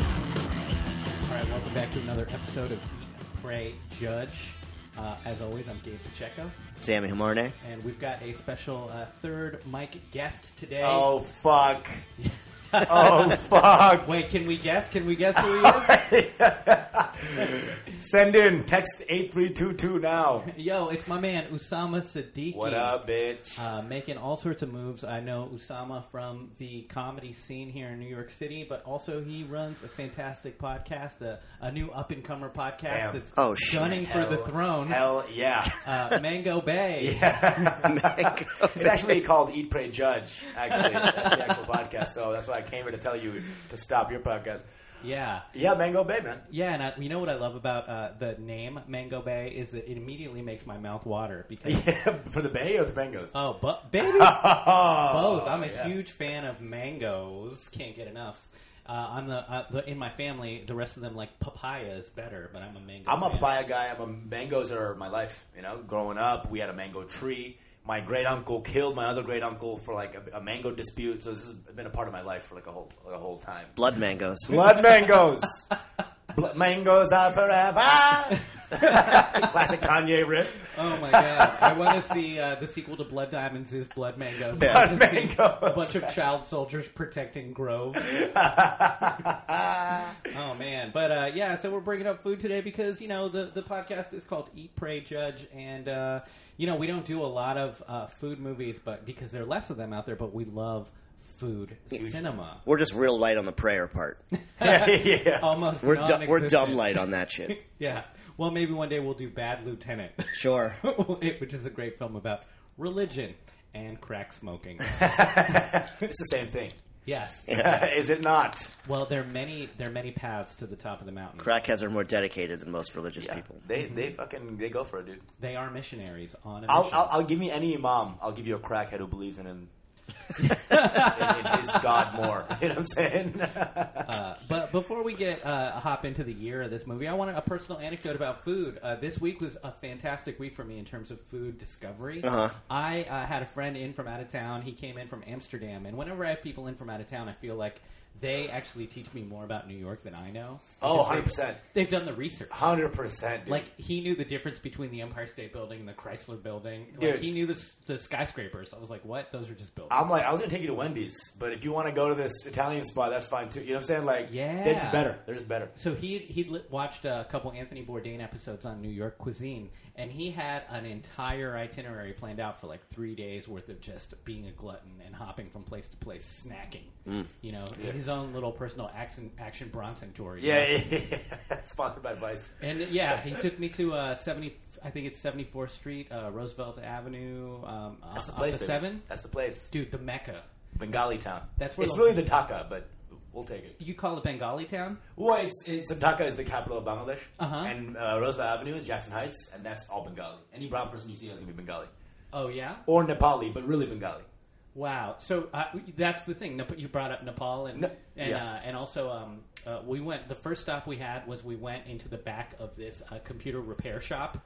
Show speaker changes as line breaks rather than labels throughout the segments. All right, welcome back to another episode of Eat, Pray, Judge. Uh, as always, I'm Gabe Pacheco,
Sammy Hamarne.
and we've got a special uh, third mic guest today.
Oh fuck! Oh fuck!
Wait, can we guess? Can we guess who he is?
Send in text eight three two two now.
Yo, it's my man Usama Siddiqui.
What up, bitch?
Uh, making all sorts of moves. I know Usama from the comedy scene here in New York City, but also he runs a fantastic podcast, a, a new up and comer podcast
Damn.
that's
Oh, shit.
gunning for the throne.
Hell yeah.
Uh, Mango Bay.
It's actually called Eat, Pray, Judge, actually. That's the actual podcast. So that's why I came here to tell you to stop your podcast.
yeah.
Yeah, Mango Bay, man.
Yeah, and I, you know what I love about uh, the name Mango Bay is that it immediately makes my mouth water because
For the Bay or the Bengals? Oh,
oh, but baby, both. I'm a
yeah.
huge fan of mangoes. Can't get enough. Uh, I'm the, uh, the in my family. The rest of them like papaya is better, but I'm a mango.
I'm a
fan.
papaya guy. I'm a mangoes are my life. You know, growing up, we had a mango tree. My great uncle killed my other great uncle for like a, a mango dispute. So this has been a part of my life for like a whole, like a whole time.
Blood mangoes.
Blood mangoes. Blood mangoes are forever. Classic Kanye rip.
Oh my god! I want to see uh, the sequel to Blood Diamonds is Blood Mangoes.
Yeah.
I wanna see
Blood
A
Mangoes.
bunch of child soldiers protecting Grove. oh man! But uh, yeah, so we're bringing up food today because you know the the podcast is called Eat, Pray, Judge, and uh, you know we don't do a lot of uh, food movies, but because there are less of them out there, but we love food cinema.
We're just real light on the prayer part.
yeah.
Almost
We're du- we're
non-existent.
dumb light on that shit.
Yeah. Well, maybe one day we'll do Bad Lieutenant.
Sure.
It- which is a great film about religion and crack smoking.
It's the same thing.
yes.
Is it not?
Well, there are many there are many paths to the top of the mountain.
Crackheads are more dedicated than most religious people.
They they fucking they go for it, dude.
Mm-hmm. They are missionaries on a
I'll,
mission.
I'll, I'll give me any imam. I'll give you a crackhead who believes in him. in, in his God more. You know what I'm saying?
but before we get uh, hop into the year of this movie, I want a personal anecdote about food. Uh, this week was a fantastic week for me in terms of food discovery.
Uh-huh.
I uh, had a friend in from out of town. He came in from Amsterdam, and whenever I have people in from out of town, I feel like they actually teach me more about New York than I know.
Oh,
Because
100%.
They've, they've done the research.
100%. Dude.
Like he knew the difference between the Empire State Building and the Chrysler Building. Like
Dude.
he knew the, s- the skyscrapers. I was like, "What? Those are just buildings."
I'm like, I was going to take you to Wendy's, but if you want to go to this Italian spot, that's fine too. You know what I'm saying? Like,
Yeah.
they're just better. They're just better.
So he he li- watched a couple Anthony Bourdain episodes on New York cuisine, and he had an entire itinerary planned out for like three days worth of just being a glutton and hopping from place to place, snacking.
Mm.
You know, his own little personal action action Bronson tour. you know?
Yeah, yeah, yeah. Sponsored by Vice.
And yeah, he took me to uh, seventy. I think it's seventy fourth Street, uh, Roosevelt Avenue. Um,
That's the
up
place,
to
baby.
seven,
That's the place.
dude, the mecca.
Bengali town.
That's where
It's
the-
really the Dhaka, but we'll take it.
You call it Bengali town?
Well, it's, it's Dhaka is the capital of Bangladesh,
Uh-huh.
and uh, Roosevelt Avenue is Jackson Heights, and that's all Bengali. Any brown person you see is going to be Bengali
Oh yeah.
or Nepali, but really Bengali.
Wow. So uh, that's the thing. Nep- You brought up Nepal and
Ne-
and,
yeah.
uh, and also um, uh, we went. The first stop we had was we went into the back of this uh, computer repair shop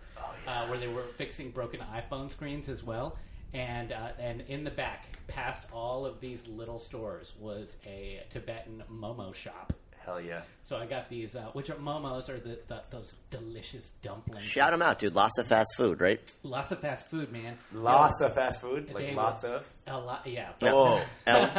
uh, where they were fixing broken iPhone screens as well. And uh, and in the back, past all of these little stores, was a Tibetan momo shop.
Hell yeah!
So I got these, uh, which are momos are the, the those delicious dumplings.
Shout them out, dude. Lots of fast food, right?
Lots of fast food, man.
Lots of fast food, like
They
lots
were-
of.
A lot, yeah.
Oh,
L- LH,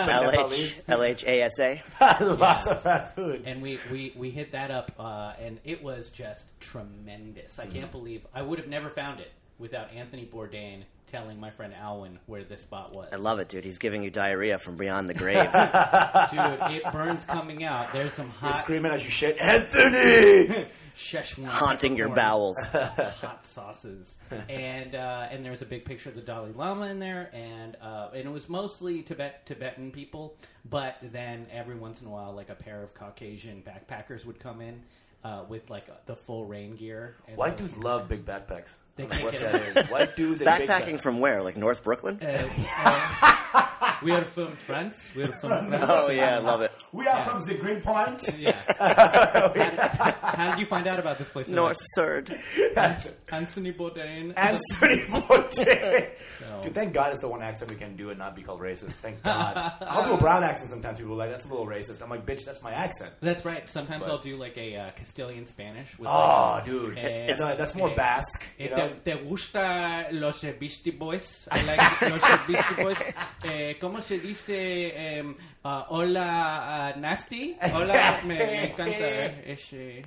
Nepalese.
LHASA.
lots of fast food.
and we, we, we hit that up, uh, and it was just tremendous. I
Mm-hmm.
can't believe I would have never found it without Anthony Bourdain telling my friend Alwyn where this spot was.
I love it, dude. He's giving you diarrhea from beyond the grave.
Dude, it burns coming out. There's some
You're
hot
screaming as you shit, Anthony.
Szechuan
haunting your
peppercorn.
bowels.
hot sauces, and uh, and there was a big picture of the Dalai Lama in there, and uh, and it was mostly Tibet Tibetan people, but then every once in a while, like a pair of Caucasian backpackers would come in uh, with like the full rain gear. And
White
they would-
dudes love big backpacks. I
They
don't know what
can't
that
get
is. White dudes and big
Backpacking from where? Like North Brooklyn?
Uh, uh, we are from France. We are from France.
Oh yeah, I love it.
back- We are from the Green Point.
Yeah. How did you find out about this place?
North Surd.
Anthony Bourdain.
Anthony Bourdain.
No.
Dude, thank God it's the one accent we can do and not be called racist. Thank God. I'll do a brown accent sometimes. People are like, that's a little racist. I'm like, bitch, that's my accent.
That's right. Sometimes I'll do like a uh, Castilian Spanish. With,
Oh, dude.
Eh,
It's not- that's more
eh,
Basque. You
Eh,
know?
te, te gusta los eh, Beastie Boys? I like los Beastie Boys. Eh, ¿Cómo se dice? em, ah, hola ah, nasty. Hola me, me encanta eh, ese.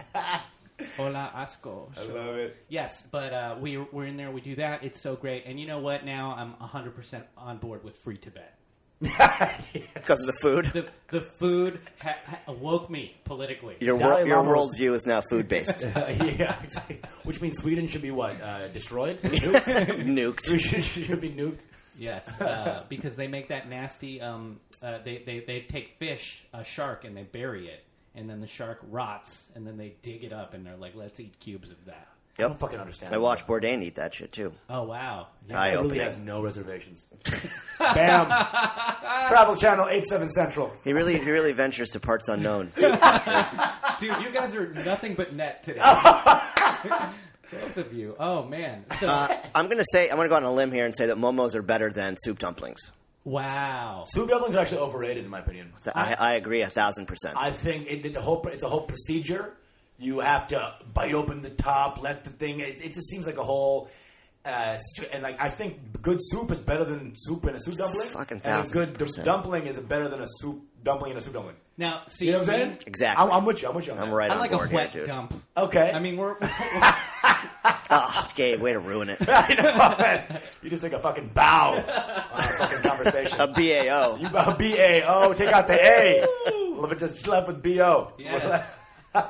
Hola asco.
I
So-
love it.
Yes, but uh, we we're in there. We do that. It's so great. And you know what? Now I'm 100 percent on board with free Tibet.
Because of the food.
The the food ha- ha- awoke me politically.
Your,
Dalai
wor- your
Lama was-
worldview is now food based.
yeah, exactly. Which means Sweden should be what? Uh, destroyed? Nuked?
Nuked.
Sweden should, should be nuked?
Yes, uh, because they make that nasty. Um, uh, they, they they take fish, a shark, and they bury it, and then the shark rots, and then they dig it up, and they're like, "Let's eat cubes of that."
I don't fucking understand.
I watched Bourdain eat that shit too.
Oh wow!
Eye
It really
opening.
has no reservations. Bam! Travel Channel 87 Central.
He really, he really ventures to parts unknown.
Dude, you guys are nothing but net today. Both of you. Oh man. So
Uh, I'm gonna say, I'm gonna go on a limb here and say that momos are better than soup dumplings.
wow.
Soup dumplings are actually overrated, in my opinion.
Th- I, I agree a thousand percent.
I think it, it's a whole it's a whole procedure. You have to bite open the top, let the thing. It, it just seems like a whole. Uh, situ- and like I think good soup is better than soup in a soup dumpling.
Fucking
and a
thousand
good d-
percent.
dumpling is better than a soup dumpling in a soup dumpling.
Now see
You know what I'm
me,
saying?
Exactly.
I'm, I'm with you. I'm with you. On
I'm
that.
right
I
on
like a
board
wet
here, dude.
dump.
Okay.
I mean, we're,
Ah, Gabe, way to ruin it.
I know, man. you just take a fucking bow on a fucking conversation.
A BAO.
You bow B A O. Take out the A. Leave it just left with B O.
Yes.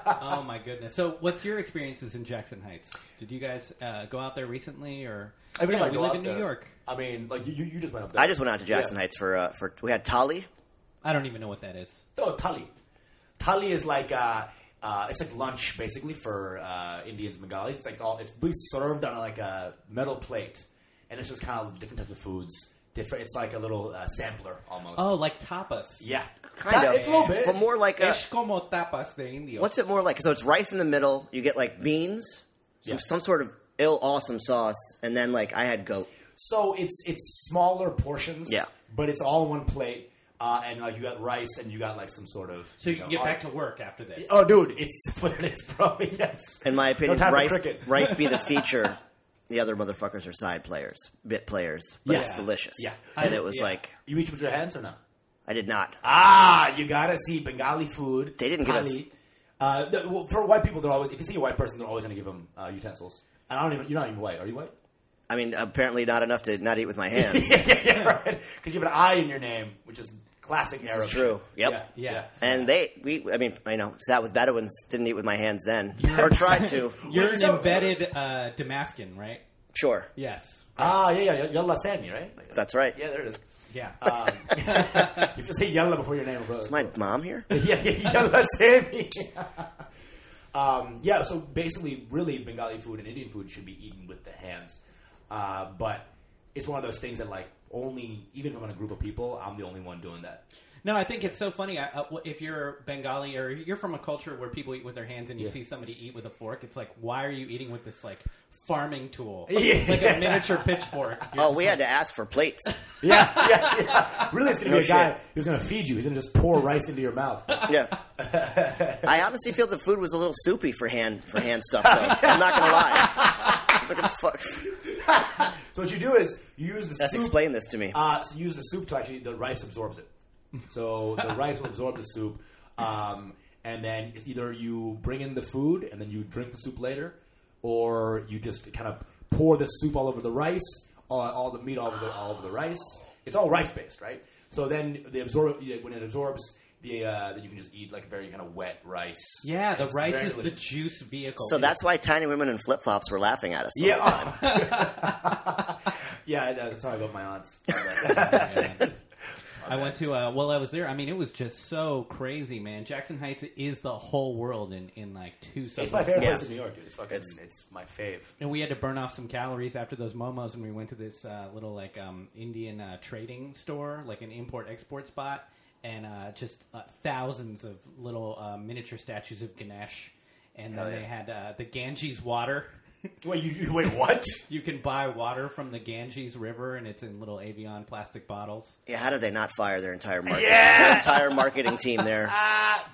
oh my goodness. So, what's your experiences in Jackson Heights? Did you guys uh, go out there recently, or
I
Yeah,
mean, if I
we
go
live
out
in
there-
New York?
I mean, like you, you, you just went up there.
I just went out to Jackson
Yeah.
Heights for uh, for we had Tali.
I don't even know what that is.
Oh, tali. Tali is like uh, uh, it's like lunch basically for uh, Indians, Bengalis. It's like all it's really served on like a metal plate, and it's just kind of different types of foods. Different. It's like a little uh, sampler almost.
Oh, like tapas.
yeah,
Kind
That-
of,
It's a little bit.
but more like a,
Es como tapas de indio.
what's it more like? So it's rice in the middle. You get like beans, some,
Yeah.
some sort of ill awesome sauce, and then like I had goat.
So it's it's smaller portions.
Yeah.
but it's all in one plate, uh, and like you got rice and you got like some sort of.
so you can
know,
get
art-
back to work after this.
Oh, dude, it's what it is, bro. Yes.
In my opinion,
no time
rice
for cricket.
rice be the feature. The other motherfuckers are side players, bit players, but
Yeah.
it's delicious.
Yeah.
and
I-
it was
yeah.
like
You eat with your hands or not?
I did not.
Ah, you gotta see Bengali food.
They didn't give us-
Thali. Uh, th- well, for white people, they're always if you see a white person, they're always gonna give them uh, utensils. And I don't even you're not even white. Are you white?
I mean, apparently not enough to not eat with my hands.
yeah, yeah, yeah, right. Because you have an I in your name, which is classic Arab.
is true.
shit.
Yep.
Yeah.
And they, we, I mean, I know, sat with Bedouins, didn't eat with my hands then,
You're-
or tried to.
You're an
So-
embedded uh, Damascus, right?
Sure,
Yes.
Ah, yeah, yeah, yeah. Yalla Sami, right? Like,
that's right.
Yeah, there it is.
Yeah.
Um, you just say Yalla before your name, bro.
Is my mom here?
yeah, yeah, Yalla Sami. um, yeah, so basically, really, Bengali food and Indian food should be eaten with the hands. Uh, but it's one of those things that, like, only, even if I'm in a group of people, I'm the only one doing that.
No, I think it's so funny. I, uh, w- if you're Bengali or you're from a culture where people eat with their hands and you
Yeah.
see somebody eat with a fork, it's like, why are you eating with this like farming tool,
Yeah.
like a miniature pitchfork? You're
Oh, we had to ask for plates.
Yeah, yeah, yeah. Really, it's going to
No
be a guy
shit.
who's going to feed you. He's going to just pour rice into your mouth.
Yeah. I honestly feel the food was a little soupy for hand for hand stuff, though. I'm not gonna lie. It's like, fuck.
So what you do is you use the
That's
soup.
explain this to me.
Uh, so you use the soup to actually the rice absorbs it. So the rice will absorb the soup, um, and then it's either you bring in the food and then you drink the soup later, or you just kind of pour the soup all over the rice, all, all the meat all over the, all over the rice. It's all rice based, right? So then they absorb yeah, when it absorbs. The, uh, then you can just eat like very kind of wet rice.
Yeah, the
It's
rice
very
is
delicious.
the juice vehicle.
So that's why tiny women in flip flops were laughing at us. the
yeah.
whole time.
yeah, I know. sorry about my aunts.
I went to uh, while I was there. I mean, it was just so crazy, man. Jackson Heights is the whole world in in like two
It's my
seconds.
favorite
Yeah.
place in New York, dude. It's fucking, it's, my fave.
And we had to burn off some calories after those momos, and we went to this uh, little like um, Indian uh, trading store, like an import export spot. and uh, just uh, thousands of little uh, miniature statues of Ganesh. And then
Hell yeah.
they had uh, the Ganges water.
Wait, you, you wait? What?
you can buy water from the Ganges River, and it's in little Avion plastic bottles.
Yeah, how did they not fire their entire market,
Yeah!
their entire marketing team there?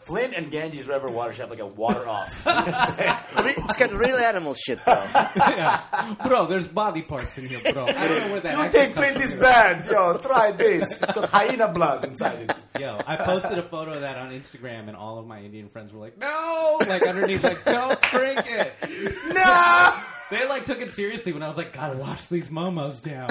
Flint and Ganges River water have like a water off.
Re- It's got real animal shit though.
yeah. Bro, there's body parts in here, bro. I don't know where that
you
actually
take
comes
Flint
from.
this band, yo. Try this. It's got hyena blood inside it.
Yo, I posted a photo of that on Instagram, and all of my Indian friends were like, "No!" Like underneath, like, "Don't drink it."
No.
They like took it seriously when I was like, "Gotta wash these momos down."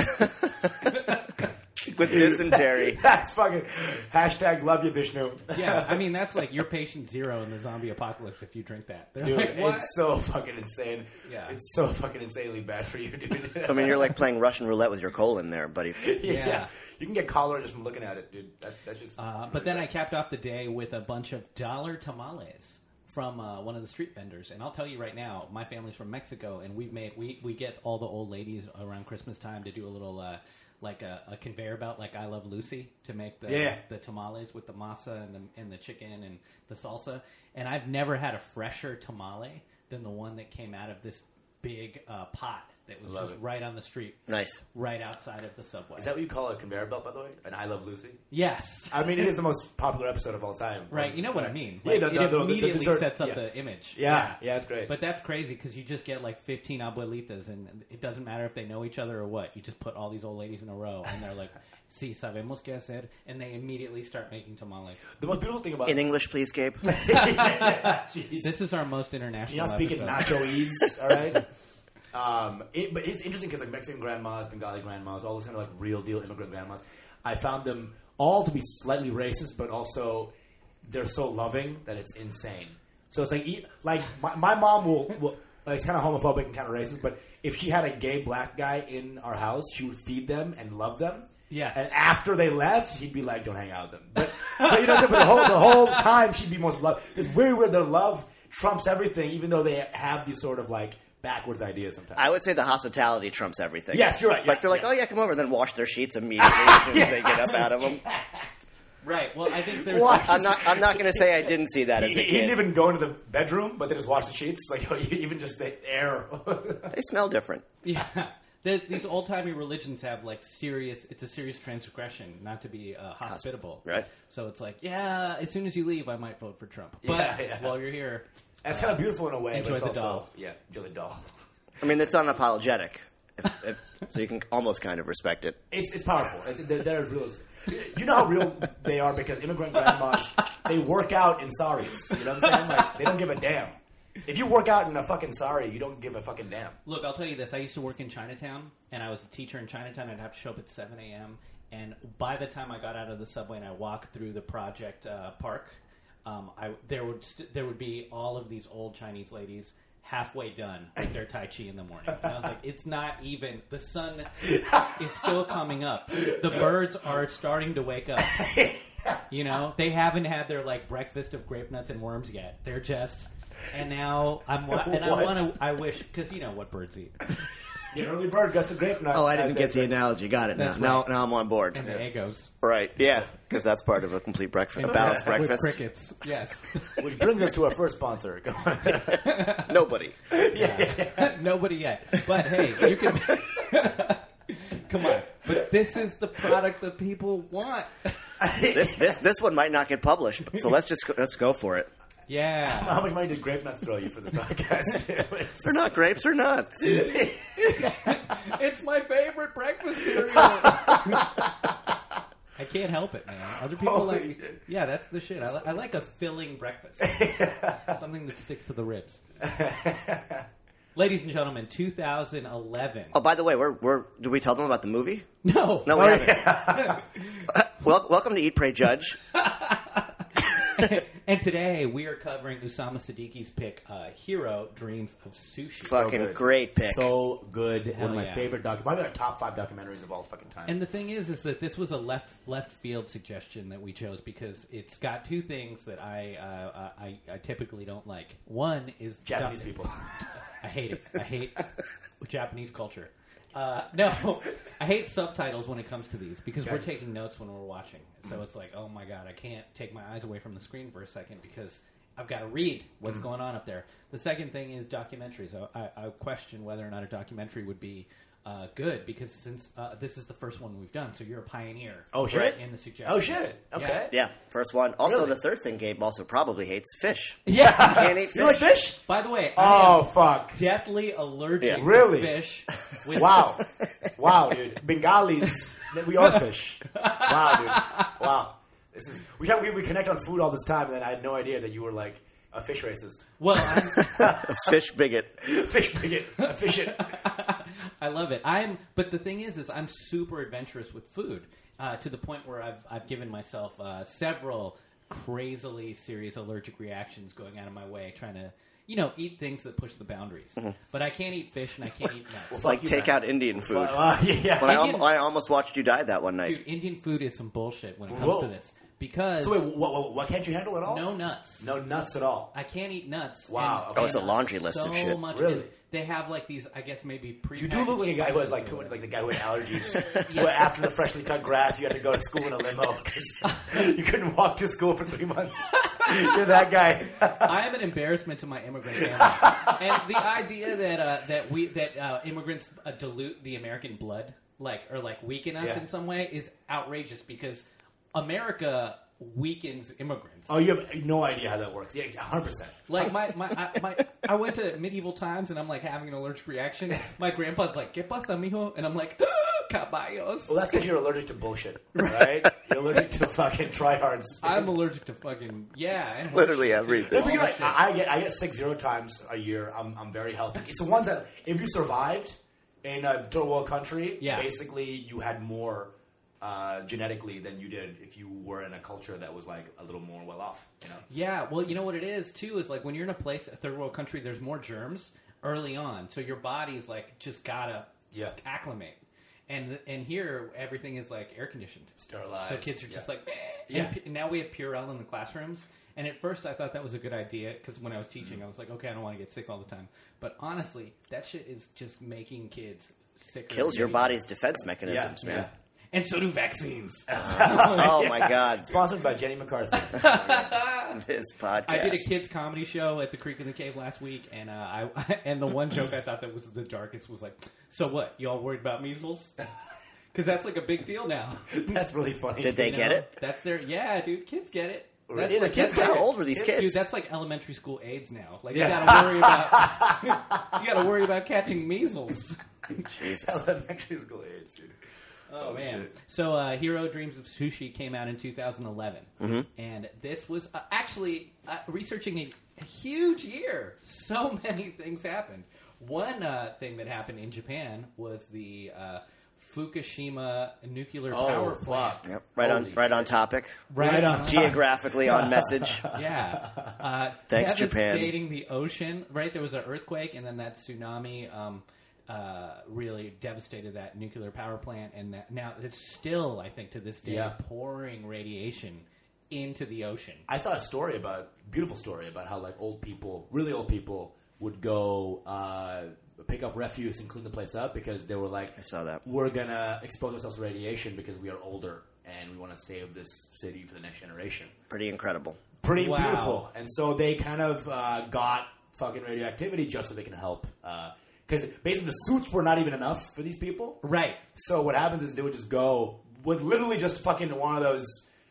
with dysentery.
That's fucking hashtag love you Vishnu.
Yeah, I mean that's like your patient zero in the zombie apocalypse if you drink that. They're
Dude,
like, "What?"
it's so fucking insane.
Yeah.
It's so fucking insanely bad for you, dude.
I mean, you're like playing Russian roulette with your colon there, buddy.
Yeah.
You can get cholera just from looking at it, dude. That, that's just.
Uh, but then I capped off the day with a bunch of dollar tamales from uh, one of the street vendors, and I'll tell you right now, my family's from Mexico, and we've made we we get all the old ladies around Christmas time to do a little. Uh, like a, a conveyor belt, like I Love Lucy, to make the
Yeah.
the tamales with the masa and the and the chicken and the salsa. And I've never had a fresher tamale than the one that came out of this big uh, pot that was
Love
just
it.
right on the street,
Nice.
right outside of the subway.
Is that what you call a conveyor belt, by the way? An I Love Lucy?
yes,
I mean, it is the most popular episode of all time.
Right, you know what I mean.
Yeah,
Like,
the- the-
it
the- the
immediately
dessert-
sets up
yeah.
the image.
Yeah, yeah, it's great.
But that's crazy because you just get like 15 abuelitas, and it doesn't matter if they know each other or what. You just put all these old ladies in a row, and they're like, "Si sabemos qué hacer," and they immediately start making tamales.
the most beautiful thing about
In English, please, Gabe.
Jeez.
This is our most international.
You're not speaking
episode.
nachoese, all right? Um, it, but it's interesting because like Mexican grandmas, Bengali grandmas, all those kind of like real deal immigrant grandmas, I found them all to be slightly racist, but also they're so loving that it's insane. So it's like, e- like my, my mom will, will like, it's kind of homophobic and kind of racist, but if she had a gay black guy in our house, she would feed them and love them.
Yes.
And after they left, she'd be like, "Don't hang out with them." But, but you know, what I'm saying? but the whole the whole time she'd be most loved. It's weird where their love trumps everything, even though they have these sort of like backwards ideas sometimes.
I would say the hospitality trumps everything.
Yes, you're right,
Like
yeah,
they're like,
yeah.
oh yeah, come over, and then wash their sheets immediately as soon as they get up out of them.
right? Well, I think there's.
What?
I'm not. I'm not going to say I didn't see that
he,
as a
he didn't
kid.
even go into the bedroom, but they just washed the sheets. Like oh, even just the air.
They smell different.
Yeah. There- These old timey religions have like serious. It's a serious transgression not to be uh, hospitable,
right.
So it's like, yeah. As soon as you leave, I might vote for Trump, but
Yeah, yeah.
while you're here,
That's kind of beautiful in a way.
Enjoy
but it's
the
also,
doll.
Yeah, enjoy the doll.
I mean, that's unapologetic, if, if, so you can almost kind of respect it.
It's it's powerful. It's, they're, they're as real. As, you know how real they are because immigrant grandmas they work out in saris. You know what I'm saying? Like they don't give a damn. If you work out in a fucking sari, you don't give a fucking damn.
Look, I'll tell you this. I used to work in Chinatown, and I was a teacher in Chinatown. I'd have to show up at 7 a.m. And by the time I got out of the subway and I walked through the project uh, park, um, I, there would st- there would be all of these old Chinese ladies halfway done with their tai chi in the morning. And I was like, it's not even the sun is still coming up. The birds are starting to wake up. You know, they haven't had their like breakfast of grape nuts and worms yet. They're just and now I'm wa- and I
What?
want to I wish because you know what birds eat
The early bird gets the grape nut.
Oh, I
as
didn't
they
get the
say.
analogy. Got it now.
That's
Now,
right.
now I'm on board.
and the egos,
Right? Yeah, because that's part of a complete breakfast, a balanced
with
breakfast.
crickets. Yes,
Which brings us to our first sponsor. Go on.
Nobody.
nobody yet. But hey, you can come on. But this is the product that people want.
This this this one might not get published, so let's just go, let's go for it.
Yeah,
How much money did grape nuts throw you for this podcast?
They're not grapes or nuts.
it's my favorite breakfast cereal. I can't help it, man. Other people
Holy
like,
shit.
yeah, that's the shit. I, li- I like a filling breakfast, something that sticks to the ribs. Ladies and gentlemen, 2011.
Oh, by the way, we're we're. Did we tell them about the movie?
No,
No, we haven't. Wel- welcome to Eat, Pray, Judge.
And today we are covering Usama Siddiqui's pick, uh, "Hero Dreams of Sushi."
Fucking
good.
great pick.
so good. One of my
yeah.
favorite doc. One of my top five documentaries of all fucking time.
And the thing is, is that this was a left left field suggestion that we chose because it's got two things that I uh, I, I typically don't like. One is
Japanese
doc-
people.
I hate it. I hate Japanese culture. Uh, no, I hate subtitles when it comes to these because we're taking notes when we're watching. So it's like, oh my god, I can't take my eyes away from the screen for a second because I've got to read what's
Mm.
going on up there. The second thing is documentaries. I, I, I question whether or not a documentary would be uh, good because since uh, this is the first one we've done, so you're a pioneer.
Oh, shit?
In the suggestion.
Oh shit! Okay.
Yeah, first one. Also,
Really?
the third thing Gabe also probably hates fish.
Yeah.
Can't eat fish.
You like fish?
By the way, I
Oh
am
fuck!
deathly allergic
Yeah.
to
Really?
fish. With
Wow, wow, dude. Bengalis, we are fish. Wow, dude. Wow. This is we, talk, we we connect on food all this time, and then I had no idea that you were like a fish racist,
Well, I'm,
A fish bigot.
fish bigot, a fish it.
I love it. I'm, but the thing is, is I'm super adventurous with food uh, to the point where I've I've given myself uh, several crazily serious allergic reactions going out of my way trying to you know eat things that push the boundaries. But I can't eat fish and I can't eat nuts.
Mm-hmm. Like take out Indian food.
Uh,
But I,
yeah.
Indian-
al- I almost watched you die that one night.
Dude, Indian food is some bullshit when it comes
Whoa.
to this because
So wait, what, what, what can't you handle at all?
no nuts.
no nuts at all.
I can't eat nuts.
Wow.
and-
Oh,
it's a
and
laundry list
so
of shit.
Much
Really?
in- They have like these, I guess maybe pre.
You do look like a guy who has like two, like the guy who had allergies.
Yeah.
Where after the freshly cut grass, you had to go to school in a limo because you couldn't walk to school for three months. You're that guy.
I am an embarrassment to my immigrant family, and the idea that uh, that we that uh, immigrants uh, dilute the American blood, like or like weaken us
Yeah.
in some way, is outrageous because America weakens immigrants.
Oh, you have no idea how that works. Yeah, 100. percent
Like my my I, my I went to medieval times and I'm like having an allergic reaction. My grandpa's like, "Qué pasa, mijo?" and I'm like, "Ah, "Caballos."
Well, that's because you're allergic to bullshit, right? you're allergic to fucking tryhards.
I'm allergic to fucking yeah. and-
Literally
No,
everything.
but you're right. I, I get I get sick zero times a year. I'm, I'm very healthy. It's the ones that if you survived in a third world country,
Yeah.
basically you had more uh, genetically than you did if you were in a culture that was like a little more well off. You know,
Yeah, well, you know what it is too is like when you're in a place, a third world country, there's more germs early on, so your body's like just gotta
Yeah.
acclimate. And and here everything is like air conditioned,
sterilized.
so kids are just
yeah.
like, "Meh."
Yeah.
And p- now we have Purell in the classrooms. And at first, I thought that was a good idea because when I was teaching,
Mm-hmm.
I was like, okay, I don't want to get sick all the time. But honestly, that shit is just making kids sick.
Kills your body's defense mechanisms,
yeah,
man.
and so do vaccines.
Oh my god,
Sponsored by Jenny McCarthy.
this podcast.
I did a kids comedy show at the Creek in the Cave last week, and uh, I and the one joke I thought that was the darkest was like, "So what? Y'all worried about measles? Because that's like a big deal now."
That's really funny.
Did they
You
get
know?
it?
That's their yeah, dude. Kids get it. That's
Yeah, the
like-
kids
How old were these
Dude,
kids?
that's like elementary school AIDS now. Like
Yeah.
you gotta worry about you gotta worry about catching measles.
Oh.
Jesus.
elementary school age, dude.
Oh, man!
shit.
So, uh, Hero Dreams of Sushi came out in 2011, and this was uh, actually uh, researching a, a huge year. So many things happened. One uh, thing that happened in Japan was the uh, Fukushima nuclear power plant.
Yep, right on,
Holy
right on topic.
Right on.
Geographically on message.
Yeah. Uh,
Thanks, Japan.
Devastating the ocean, right? There was an earthquake, and then that tsunami um, uh, really devastated that nuclear power plant. And that now it's still, I think, to this day,
Yeah.
pouring radiation into the ocean.
I saw a story about beautiful story about how like old people, really old people, would go uh, pick up refuse and clean the place up because they were like, I
saw that.
We're gonna expose ourselves to radiation because we are older and we want to save this city for the next generation.
Pretty incredible.
Pretty
Wow.
beautiful. And so they kind of uh, got fucking radioactivity just so they can help. Because basically the suits were not even enough for these people.
Right.
So what happens is they would just go with literally just fucking one of those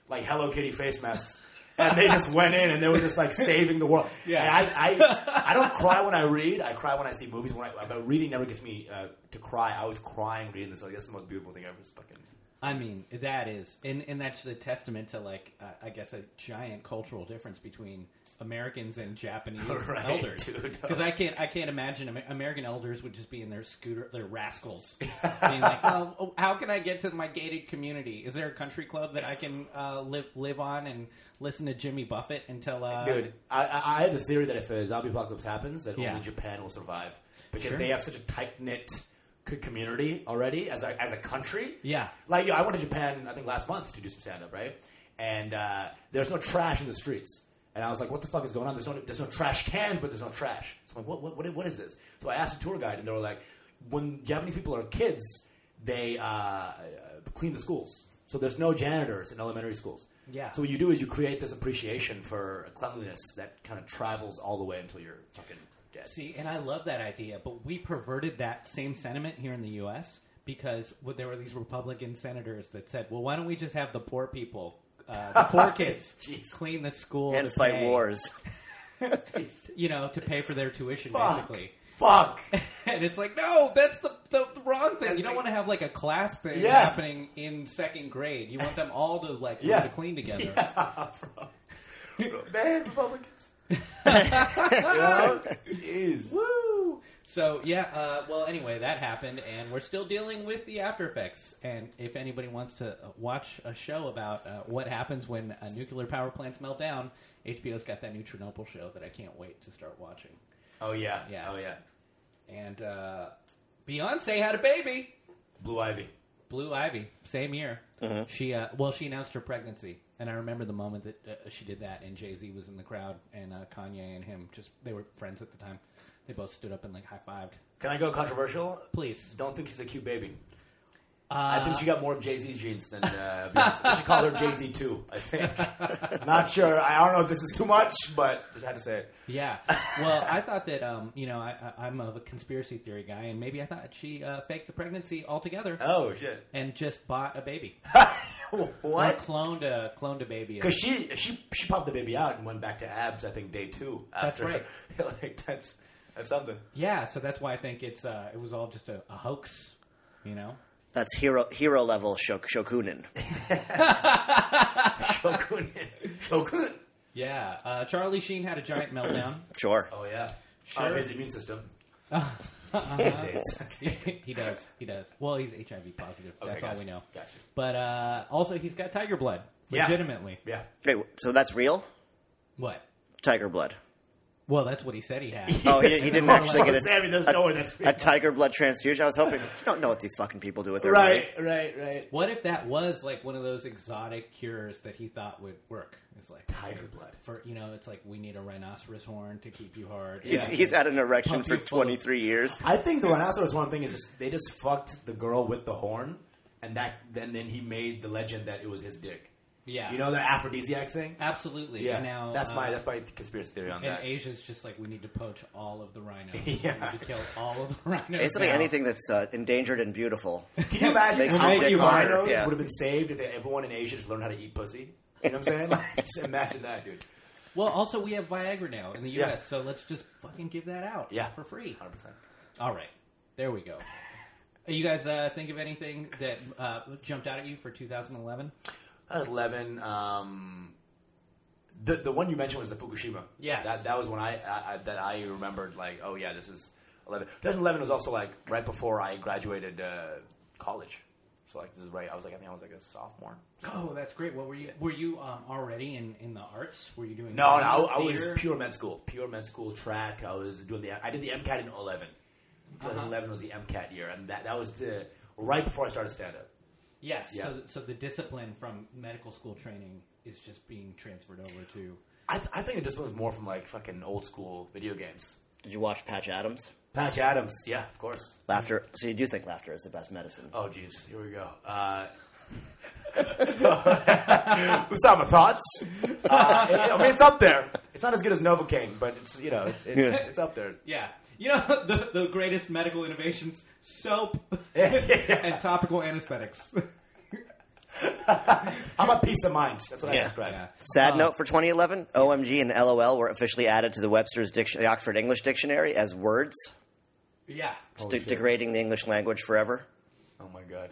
like Hello Kitty face masks. And they just went in and they were just like saving the world.
Yeah.
And I, I, I don't cry when I read. I cry when I see movies. When I, but reading never gets me uh, to cry. I was crying reading this. Like, that's the most beautiful thing I've ever just fucking.
I mean, that is, and, and that's a testament to, like, uh, I guess, a giant cultural difference between Americans and Japanese
Right,
elders.
dude.
Because I can't, I can't imagine Amer- American elders would just be in their scooter, their rascals, being like, oh, oh, "How can I get to my gated community? Is there a country club that I can uh, live live on and listen to Jimmy Buffett until?" Uh,
Dude, I, I, I have the theory that if a zombie apocalypse happens, that
Yeah.
only Japan will survive because
Sure.
they have such a tight knit community already as a, as a country.
Yeah.
Like, you know, I went to Japan, I think, last month to do some stand up, right? And uh, there's no trash in the streets. And I was like, what the fuck is going on? There's no, there's no trash cans, but there's no trash. So I'm like, what, what, what, what is this? So I asked a tour guide, and they were like, when Japanese people are kids, they uh, uh, clean the schools. So there's no janitors in elementary schools.
Yeah.
So what you do is you create this appreciation for cleanliness that kind of travels all the way until you're fucking dead.
See, and I love that idea, but we perverted that same sentiment here in the U.S. because what- there were these Republican senators that said, "Well, why don't we just have the poor people, uh, the poor kids,
Jeez.
clean the school
and
to
fight
pay-
wars.
you know, to pay for their tuition,
Fuck.
basically."
Fuck.
And it's like, no, that's the, the, the wrong thing.
That's
you don't
the-
want to have like a class thing
Yeah.
happening in second grade. You want them all to like learn
Yeah.
to clean together.
Man, Republicans. you know? Jeez.
Woo! So yeah, uh, well, anyway, that happened, and we're still dealing with the after effects. And if anybody wants to uh, watch a show about uh, what happens when uh, nuclear power plants melt down, HBO's got that new Chernobyl show that I can't wait to start watching.
Oh yeah.
Yes.
Oh yeah.
And uh, Beyonce had a baby,
Blue Ivy.
Blue Ivy, same year.
Uh-huh.
She uh, well, she announced her pregnancy, and I remember the moment that uh, she did that, and Jay Z was in the crowd, and uh, Kanye and him just they were friends at the time. They both stood up and like high fived.
Can I go controversial?
Please.
Don't think she's a cute baby. I
Uh,
think she got more of Jay Z's genes than uh, Beyonce. They should call her Jay Z too. I think. Not sure. I don't know if this is too much, but just had to say it.
Yeah. Well, I thought that um, you know I, I, I'm a conspiracy theory guy, and maybe I thought she uh, faked the pregnancy altogether
Oh shit!
and just bought a baby, or
What?
cloned a cloned a baby.
Because she she she popped the baby out and went back to abs. I think day two.
That's
After. like that's that's something.
Yeah. So that's why I think it's uh, it was all just a, a hoax. You know.
That's hero hero level shok- shokunin.
Shokun. Shokun.
Yeah. Uh, Charlie Sheen had a giant meltdown.
Sure.
Oh yeah.
Sure.
Of his immune system. He has AIDS.
he does. He does. Well, he's HIV positive.
Okay,
That's all
gotcha.
we know.
Gotcha.
But uh, also, he's got tiger blood.
Yeah.
Legitimately.
Yeah.
Wait, so that's real?
What?
Tiger blood.
Well, that's what he said he had.
Oh, he, he didn't actually get
Sammy, there's no way that's
a, a tiger blood transfusion. I was hoping. You don't know what these fucking people do with their
right,
money.
right, right.
What if that was like one of those exotic cures that he thought would work? It's like
Tiger blood.
for you know, it's like we need a rhinoceros horn to keep you hard.
He's,
Yeah.
he's had an erection
Pump
for
you full of-
23 years.
I think the rhinoceros one thing is just they just fucked the girl with the horn, and that then then he made the legend that it was his dick.
Yeah.
you know the aphrodisiac thing.
absolutely.
Yeah,
And now
that's
uh,
my that's my conspiracy theory on
and
that.
Asia's just like we need to poach all of the rhinos.
Yeah.
we need to kill all of the rhinos.
Basically,
now.
anything that's uh, endangered and beautiful.
Can you imagine
Makes
how
me
many
dick harder,
rhinos
yeah.
would have been saved if everyone in Asia just learned how to eat pussy? You know what I'm saying? Like, just imagine that, dude.
Well, also we have Viagra now in the U.S.,
Yeah.
so let's just fucking give that out.
Yeah.
for free.
100. percent
All right, there we go. You guys uh, think of anything that uh, jumped out at you for 2011?
That was 11. Um, the the one you mentioned was the Fukushima.
Yes.
that that was when I, I, I that I remembered like oh yeah this is 11. 2011 was also like right before I graduated uh, college, so like this is right. I was like I think I was like a sophomore.
Oh, that's great. What were you? Were you um, already in, in the arts? Were you doing
No, no,
drama,
I, I was
theater?
pure med school, pure med school track. I was doing the I did the MCAT in 11.
Uh-huh.
2011 was the MCAT year, and that that was the right before I started stand up.
Yes.
Yeah.
So, so the discipline from medical school training is just being transferred over to.
I, th- I think it just was more from like fucking old school video games.
Did you watch Patch Adams?
Patch Adams, yeah, of course.
Laughter. So you do think laughter is the best medicine?
Oh, jeez. Here we go. Uh, Usama thoughts. Uh, it- I mean, it's up there. It's not as good as Novocaine, but it's you know, it's, it's, it's up there.
Yeah. You know the the greatest medical innovations: soap and topical anesthetics.
How about peace of mind? That's what I
Yeah.
described.
yeah.
Sad note
Oh.
for 2011: OMG and LOL were officially added to the Webster's diction- the Oxford English Dictionary as words,
Yeah.
de-
shit.
degrading the English language forever.
Oh my god.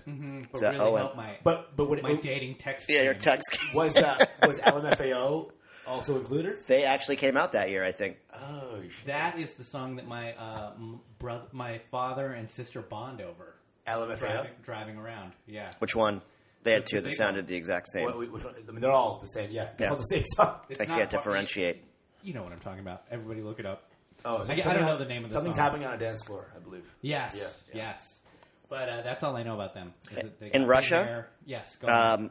But
So,
really
oh, and-
helped my
But but what
my
it,
dating text.
Yeah, your
game.
text.
was uh, was LMFAO also included?
They actually came out that year, I think.
Oh shit.
That is the song that my uh, m- brother, my father and sister bond over
LMFAO.
driving, driving around. Yeah.
Which one? They had
The-
two
the
that
big
sounded
one.
the exact same.
What- which one- I mean, they're all the same. Yeah, they're
Yeah.
all the same song.
It's
I
not
can't
fucking-
differentiate.
You know what I'm talking about. Everybody look it up.
Oh,
I don't
something-
know the name of the
Something's
song.
happening on a dance floor, I believe.
Yes,
Yeah, yeah.
yes. But uh, that's all I know about them. is that they got
In
big
Russia?
hair. Yes. Go on.
Um,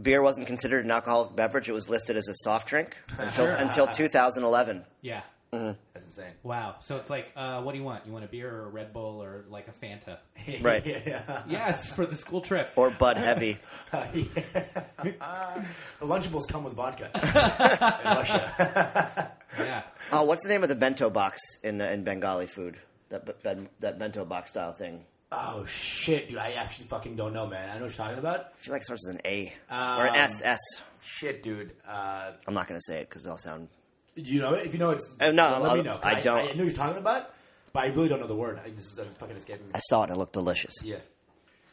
beer wasn't considered an alcoholic beverage; it was listed as a soft drink until until 2011.
Yeah.
That's insane.
Wow. So it's like, uh, what do you want? You want a beer or a Red Bull or like a Fanta?
Right.
yeah.
yes, for the school trip.
Or Bud Heavy.
The Lunchables come with vodka in Russia.
Yeah.
Oh, what's the name of the bento box in in Bengali food? That b- ben, that bento box style thing.
Oh shit, dude! I actually fucking don't know, man. I know what you're talking about.
I feel like it starts with an A or an
Um,
S. S.
Shit, dude. Uh,
I'm not going to say it because it'll sound.
you know, it? if you know, it's
Uh, no,
Let
I-
me know. 'cause
I don't.
I, know what you're talking about, but I really don't know the word. I, this is uh, fucking escaping me.
I saw it and it looked delicious.
Yeah,
I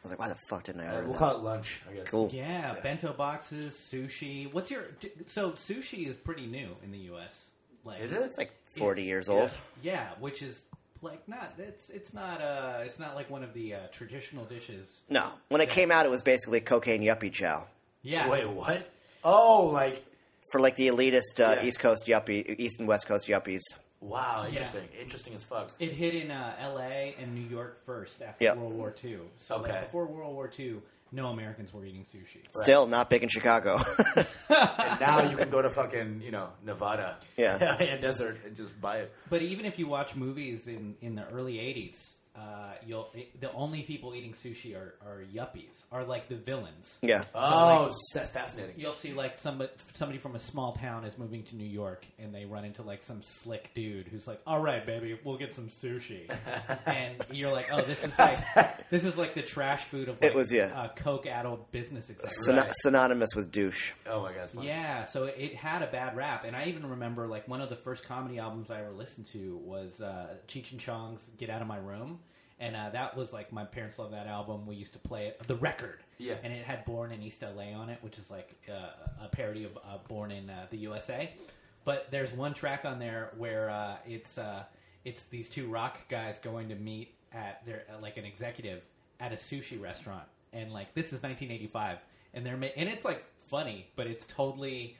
was like, why the fuck didn't I
Uh,
order
we'll
that?
call it lunch. I guess.
Cool.
Yeah, bento boxes, sushi. What's your d- so sushi is pretty new in the U.S. Like,
Is it?
It's like 40
It's-
years old.
Yeah, which is like not it's it's not uh it's not like one of the uh, traditional dishes.
No, when it came out, it was basically cocaine yuppie chow
Yeah,
Wait, what? Oh, like
for like the elitist uh,
Yeah.
East Coast yuppie, East and West Coast yuppies.
wow, interesting, interesting as fuck.
it hit in uh, L.A. and New York first after
Yep.
World War II. So like,
Okay.
before World War II, no Americans were eating sushi.
Still not big in Chicago.
And now you can go to fucking you know Nevada,
Yeah.
and desert, and just buy it.
But even if you watch movies in, in the early '80s, uh, you'll the only people eating sushi are, are yuppies, are like the villains.
yeah,
Oh, that's fascinating.
You'll see like somebody somebody from a small town is moving to New York, and they run into like some slick dude who's like, "All right, baby, we'll get some sushi," and you're like, "Oh, this is like this is like the trash food of like,
was, yeah.
uh, coke addled business executive."
Syn- synonymous with douche.
Oh my god, that's funny.
Yeah, so it- it had a bad rap, and I even remember like one of the first comedy albums I ever listened to was uh, Cheech and Chong's "Get Out of My Room," and uh, that was like my parents loved that album. We used to play it, the record,
Yeah.
and it had "Born in East LA" on it, which is like uh, a parody of uh, "Born in uh, the USA." But there's one track on there where uh, it's uh, it's these two rock guys going to meet at their uh, like an executive at a sushi restaurant, and like this is 1985, and they're ma- and it's like funny, but it's totally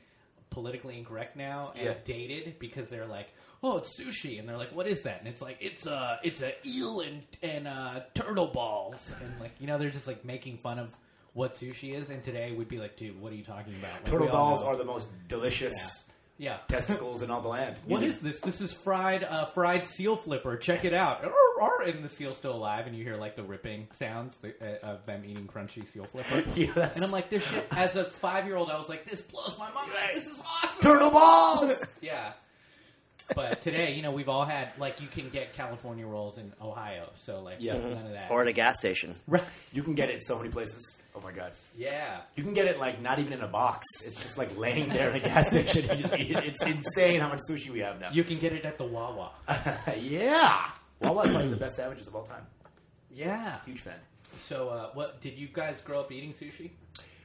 politically incorrect now and
Yeah.
dated because they're like, oh, it's sushi, and they're like, what is that? And it's like it's a it's a eel and and uh, turtle balls, and like you know they're just like making fun of. What sushi is, and today would be like, dude, what are you talking about? Like, we
Turtle
all
balls
know.
are the most delicious
yeah.
testicles in all the land.
What is this? This is fried uh, fried seal flipper. Check it out. Arr, arr, And the seal's still alive, and you hear like the ripping sounds the, uh, of them eating crunchy seal flipper.
Yeah, that's-
And I'm like, this shit. As a five year old, I was like, this blows my mind. This is awesome.
turtle balls?
Yeah. But today, you know, we've all had like you can get California rolls in Ohio, so like
Yeah.
none of that.
Or at a gas station.
Right.
you can get it so many places. Oh my god,
Yeah.
you can get it like not even in a box. It's just like laying there in a gas station. You just eat it. It's insane how much sushi we have now.
You can get it at the Wawa.
yeah, Wawa's probably the best sandwiches of all time.
Yeah.
Huge fan.
So, uh, what did you guys grow up eating sushi?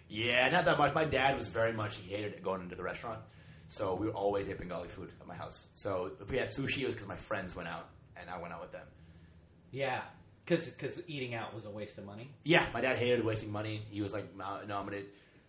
Yeah, not that much. My dad was very much he hated it going into the restaurant, so we always ate Bengali food at my house. So if we had sushi, it was because my friends went out and I went out with them.
Yeah, because eating out was a waste of money.
Yeah, my dad hated wasting money. He was like, "No, no, I'm gonna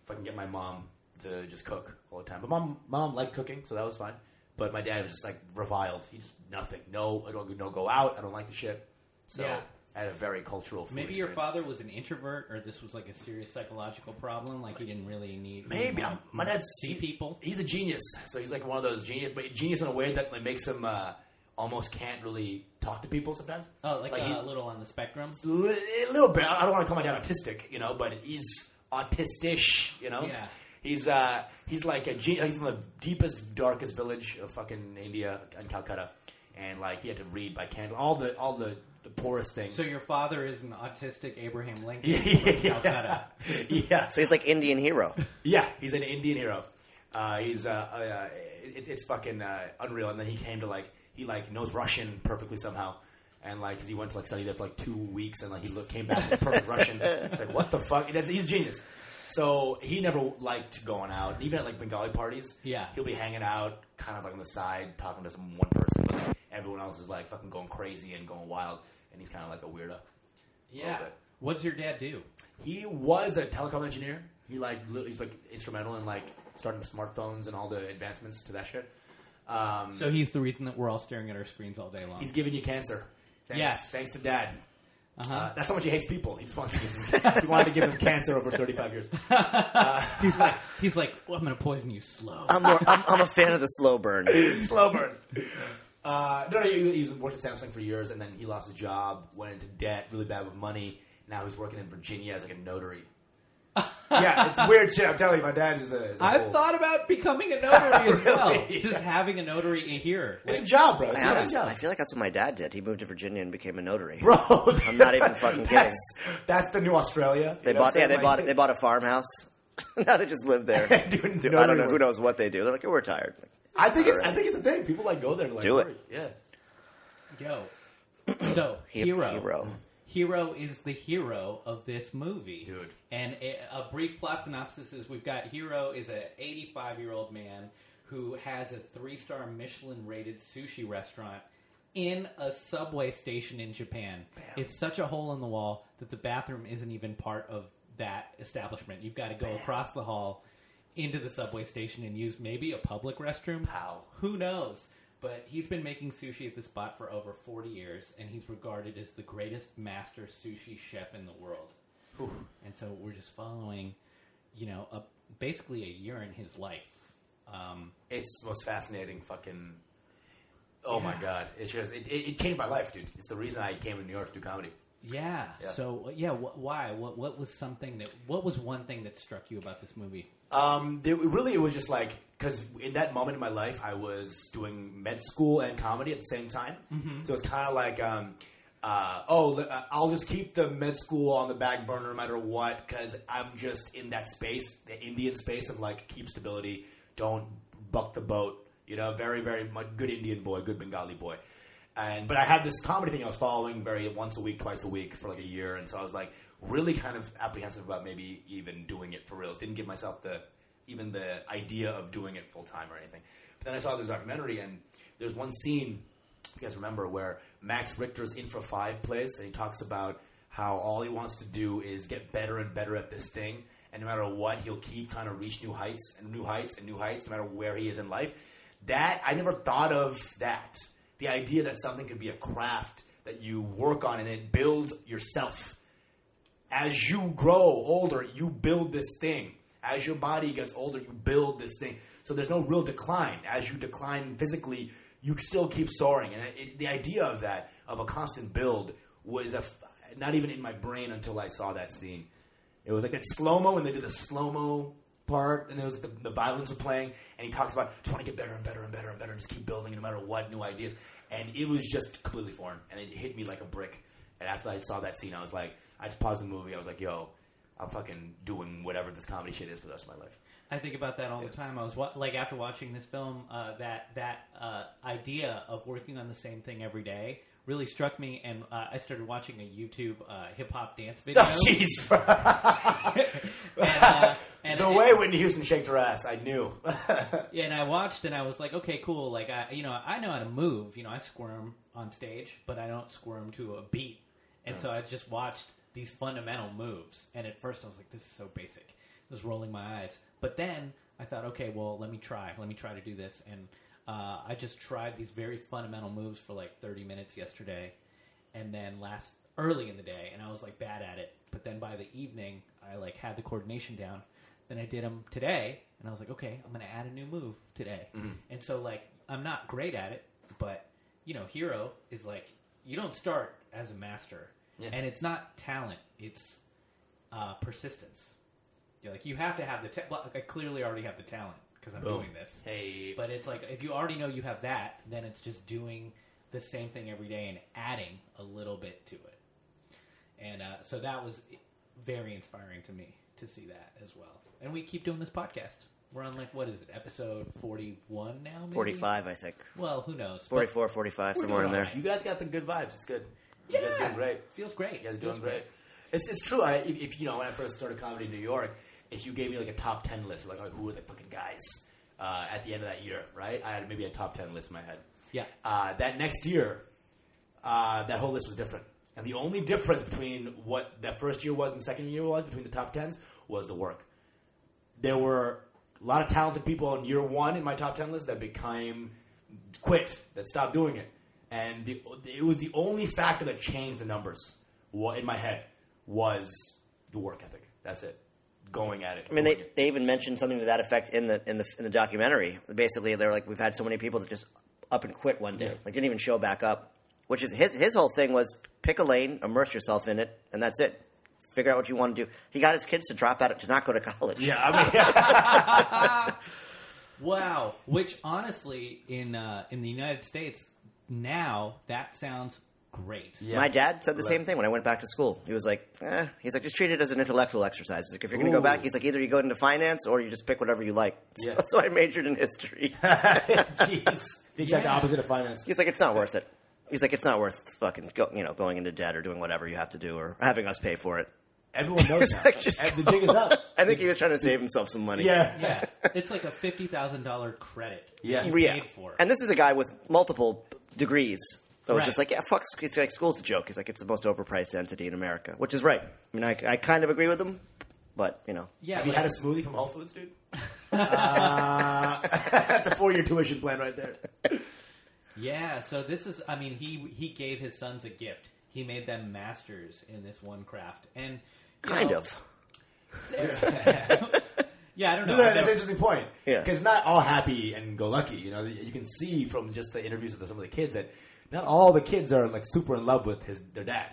fucking get my mom to just cook all the time." But mom, mom liked cooking, so that was fine. But my dad was just like reviled. He's just nothing. No, I don't. No, go out. I don't like the shit. So
Yeah.
I had a very cultural. Food
Maybe your
experience.
father was an introvert, or this was like a serious psychological problem. Like he didn't really need
Maybe I'm, my dad's
see people.
He's a genius, so he's like one of those genius, but genius in a way that like, makes him uh, almost can't really talk to people sometimes.
Oh, like,
he-
uh, a little on the spectrum.
li- a little bit. I don't want to call my dad autistic, you know, but he's autistish, you know.
Yeah.
He's uh, he's like a gen- he's from the deepest, darkest village of fucking India and Calcutta, and like he had to read by candle all the all the the poorest things.
So your father is an autistic Abraham Lincoln.
yeah,
from
yeah,
Calcutta.
yeah.
So he's like Indian hero.
Yeah, he's an Indian hero. Uh, he's uh, uh, it, it's fucking uh, unreal. And then he came to like he like knows Russian perfectly somehow, and like 'cause he went to like study there for like two weeks, and like he look, came back with perfect Russian. It's like what the fuck? That's, he's a genius. So he never liked going out, even at like Bengali parties.
Yeah.
he'll be hanging out, kind of like on the side, talking to some one person, but like, everyone else is like fucking going crazy and going wild, and he's kind of like a weirdo.
Yeah.
Little bit.
What's your dad do?
He was a telecom engineer. He like li- he's like instrumental in like starting the smartphones and all the advancements to that shit. Um,
So he's the reason that we're all staring at our screens all day long.
he's giving you cancer. Thanks,
Yes.
thanks to dad.
Uh-huh.
Uh, that's how much he hates people. He just wants to give them, he wanted to give them cancer over 35 years.
He's like, he's like, well, I'm going to poison you slow.
I'm, more, I'm, I'm a fan of the slow burn.
Slow burn. Uh, no, no, he, he was worked at Samsung for years, and then he lost his job, went into debt, really bad with money. Now he's working in Virginia as like a notary. yeah, it's weird shit. I'm telling you, my dad is a. Is a
I've
whole-
thought about becoming a notary as well.
"Oh." Really?
Just having a notary in here.
It's a
Like,
job, bro. It's
I,
not a
honestly,
job.
I feel like that's what my dad did. He moved to Virginia and became a notary.
bro.
I'm not even fucking
that's, That's the new Australia.
They
You know
bought, yeah,
what
they
I'm saying?
bought, they bought a farmhouse. now they just live there.
Like, doing
Dude, I
notary
don't know. Who
work.
knows what they do? They're like, "Yeah, we're tired. Like,
I think it's. I
Alright.
think it's a thing. People like go there. To, like,
Do it.
work. Yeah.
yo. So
he-
hero.
hero.
Hero is the hero of this movie,
Dude.
And a, a brief plot synopsis is: we've got Hero is an 85 year old man who has a three star Michelin rated sushi restaurant in a subway station in Japan. It's such a hole in the wall that the bathroom isn't even part of that establishment. You've got to go across the hall into the subway station and use maybe a public restroom.
Pow.
Who knows? But he's been making sushi at the spot for over 40 years, and he's regarded as the greatest master sushi chef in the world. And so we're just following, you know, a, basically a year in his life. Um,
It's the most fascinating fucking. Oh my god! It's just it, it, it changed my life, dude. It's the reason I came to New York to do comedy.
yeah,
Yeah.
So yeah, wh- why? What? What was something that? What was one thing that struck you about this movie?
Um, there, really, it was just like because in that moment in my life, I was doing med school and comedy at the same time. So it's kind of like, um, uh, oh, l- uh, I'll just keep the med school on the back burner no matter what because I'm just in that space, the Indian space of like keep stability, don't buck the boat. You know, very, very much good Indian boy, good Bengali boy. And but I had this comedy thing I was following very once a week, twice a week for like a year, and so I was like really kind of apprehensive about maybe even doing it for reals. Didn't give myself the even the idea of doing it full time or anything. But then I saw this documentary, and there's one scene if you guys remember where Max Richter's Infra Five plays, and he talks about how all he wants to do is get better and better at this thing, and no matter what, he'll keep trying to reach new heights and new heights and new heights, no matter where he is in life. That I never thought of that. The idea that something could be a craft that you work on and it builds yourself as you grow older, you build this thing. As your body gets older, you build this thing. So there's no real decline. As you decline physically, you still keep soaring. And it, the idea of that, of a constant build, was a f- not even in my brain until I saw that scene. It was like that slow mo, and they did the slow mo part, and it was the, the violins were playing, and he talks about just want to get better and better and better and better, and just keep building, no matter what, new ideas. And it was just completely foreign, and it hit me like a brick. And after I saw that scene, I was like, I just paused the movie. I was like, yo, I'm fucking doing whatever this comedy shit is for the rest of my life.
I think about that all the time. I was wa- like after watching this film, uh, that that uh, idea of working on the same thing every day really struck me, and uh, I started watching a YouTube uh, hip hop dance video.
Oh, jeez. bro.
and, uh, and-
The way Whitney Houston shaked her ass, I knew.
Yeah, and I watched and I was like, okay, cool. Like I, you know, I know how to move. You know, I squirm on stage, but I don't squirm to a beat. And so I just watched these fundamental moves. And at first, I was like, this is so basic. I was rolling my eyes. But then I thought, okay, well, let me try. Let me try to do this. And uh, I just tried these very fundamental moves for like 30 minutes yesterday, and then last early in the day, and I was like bad at it. But then by the evening, I like had the coordination down then I did them today, and I was like, okay, I'm going to add a new move today. And so, like, I'm not great at it, but you know, hero is like you don't start as a master,
Yeah.
and it's not talent; it's uh, persistence. You're like you have to have the ta- well, like, I clearly already have the talent because I'm doing this.
Hey.
But it's like if you already know you have that, then it's just doing the same thing every day and adding a little bit to it. And uh, so that was very inspiring to me to see that as well. And we keep doing this podcast. We're on like what is it, episode forty-one now? Maybe?
45, I think.
Well, who knows? But
44, 45, somewhere in
doing
there.
all
You guys got the good vibes. It's good. You guys
Yeah,
doing great.
Feels great.
You guys are
Feels
doing great. It's, it's true. I, if, if you know, when I first started comedy in New York, if you gave me like a top ten list, like oh, who were the fucking guys uh, at the end of that year, right? I had maybe a top ten list in my head.
Yeah.
Uh, that next year, uh, that whole list was different, and the only difference between what that first year was and the second year was between the top tens was the work. There were a lot of talented people in year one in my top ten list that became quit, that stopped doing it, and the, it was the only factor that changed the numbers wa- in my head was the work ethic. That's it, going at it.
I mean,
doing
they,
it.
they even mentioned something to that effect in the in the in the documentary. Basically, they're like, we've had so many people that just up and quit one day. Like didn't even show back up. Which is his his whole thing was pick a lane, immerse yourself in it, and that's it. Figure out what you want to do. He got his kids to drop out to not go to college.
Yeah, I mean, yeah.
Wow. Which honestly, in uh, in the United States now, that sounds great.
My dad said the same thing when I went back to school. He was like, eh. he's like, just treat it as an intellectual exercise. He's like, if you're going to
Ooh.
go back, he's like, either you go into finance or you just pick whatever you like. So,
Yeah.
so I majored in history.
Jeez.
the exact
Yeah.
opposite of finance.
He's like, it's not worth it. He's like, it's not worth fucking go, you know going into debt or doing whatever you have to do or having us pay for it.
Everyone knows that.
like, just
And the jig is up.
I think he was trying to save himself some money.
Yeah,
Yeah. It's like a fifty thousand dollar credit.
Yeah.
You
yeah.
paid for.
And this is a guy with multiple degrees. So
Right.
it's just like, yeah, fuck. He's like, school's a joke. He's like, it's the most overpriced entity in America, which is right. I mean, I, I kind of agree with him, but you know,
yeah.
Have you
like-
had a smoothie from Whole Foods, dude? uh, that's a four-year tuition plan right there.
Yeah, so this is I mean he he gave his sons a gift. He made them masters in this one craft. And you
kind
know,
of.
Yeah, I don't know.
No, no,
I've
that's an
never-
interesting point.
Yeah.
Because not all happy and go lucky. You know, you can see from just the interviews with some of the kids that not all the kids are like super in love with his their dad.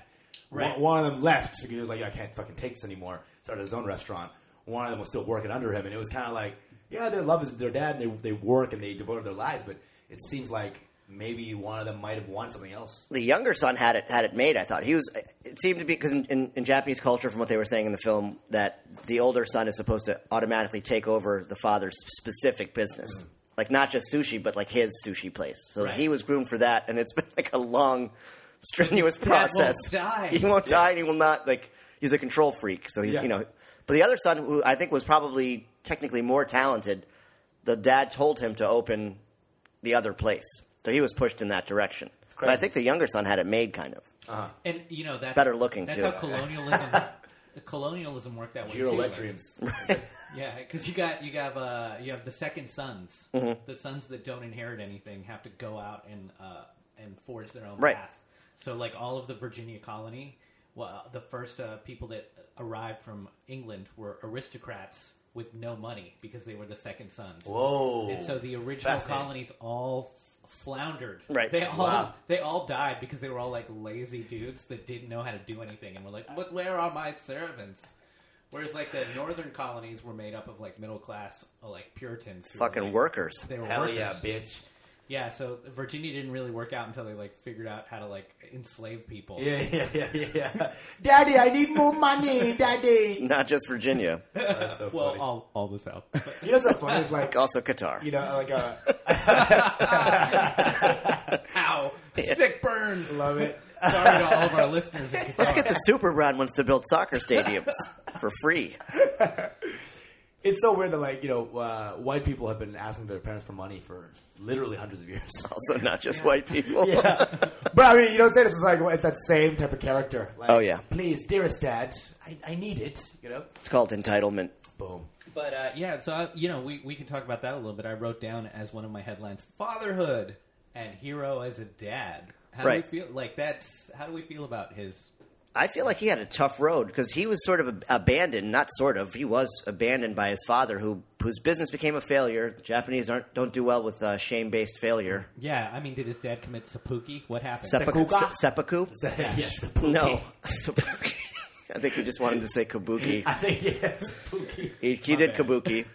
Right.
One, one of them left because he was like, I can't fucking take this anymore. Started his own restaurant. One of them was still working under him, and it was kind of like, yeah, they love is their dad, and they they work and they devoted their lives, but it seems like maybe one of them might have wanted something else.
the younger son had it had it made. I thought he was. It seemed to be because in, in, in Japanese culture, from what they were saying in the film, that the older son is supposed to automatically take over the father's specific business, like not just sushi, but like his sushi place. So
Mm-hmm. Right.
he was groomed for that, and it's been like a long, strenuous
But his dad
process.
won't die.
He won't die, and he will not like. He's a control freak, so he's
Yeah.
you know. But the other son, who I think was probably technically more talented, the dad told him to open the other place. So he was pushed in that direction. But I
crazy. Ah.
think the younger son had it made kind of.
and you know that's
Better looking,
that's
too.
how colonialism the colonialism worked that way
Jiro
too.
wet
Like,
dreams.
Yeah, because you got you have uh you have the second sons, the sons that don't inherit anything have to go out and uh and forge their own
Right.
path. So like all of the Virginia colony, well, the first uh, people that arrived from England were aristocrats with no money because they were the second sons.
Whoa.
And so the original
Fascinating.
colonies all f- floundered.
Right.
They all
Wow.
they all died because they were all like lazy dudes that didn't know how to do anything and were like, "But where are my servants?" Whereas like the northern colonies were made up of like middle class uh, like Puritans, who were,
Fucking
like-
workers.
They were
Hell
workers.
yeah, bitch.
yeah. So Virginia didn't really work out until they like figured out how to like enslave people.
Yeah, yeah, yeah, yeah, yeah. Daddy, I need more money, Daddy.
Not just Virginia,
That's so
Well,
funny.
all all the South. But-
uh, You know what's so funny is like,
also Qatar.
you know, like uh,
Ow! Sick burn.
I love it.
Sorry to all of our listeners. in Qatar.
Let's get the super brand wants to build soccer stadiums for free.
It's so weird that like you know, uh, white people have been asking their parents for money for literally hundreds of years.
Also, not just white people.
but I mean, you know what I'm saying? It's just like it's that same type of character. Like,
Oh, yeah.
Please, dearest dad, I, I need it. You know.
It's called entitlement.
Boom.
But uh, yeah, so I, you know, we, we can talk about that a little bit. I wrote down as one of my headlines: fatherhood and hero as a dad. How
Right.
do we feel like that's? How do we feel about his?
I feel like he had a tough road because he was sort of ab- abandoned. Not sort of. He was abandoned by his father, who whose business became a failure. Japanese aren't don't do well with uh, shame based failure.
Yeah, I mean, did his dad commit seppuku? What happened?
Seppuku.
Seppuku?
Seppuku.
yes.
No. Seppuku. I think we just wanted to say kabuki.
Ah,
I think yes. Spooky.
He, he did
bad.
kabuki.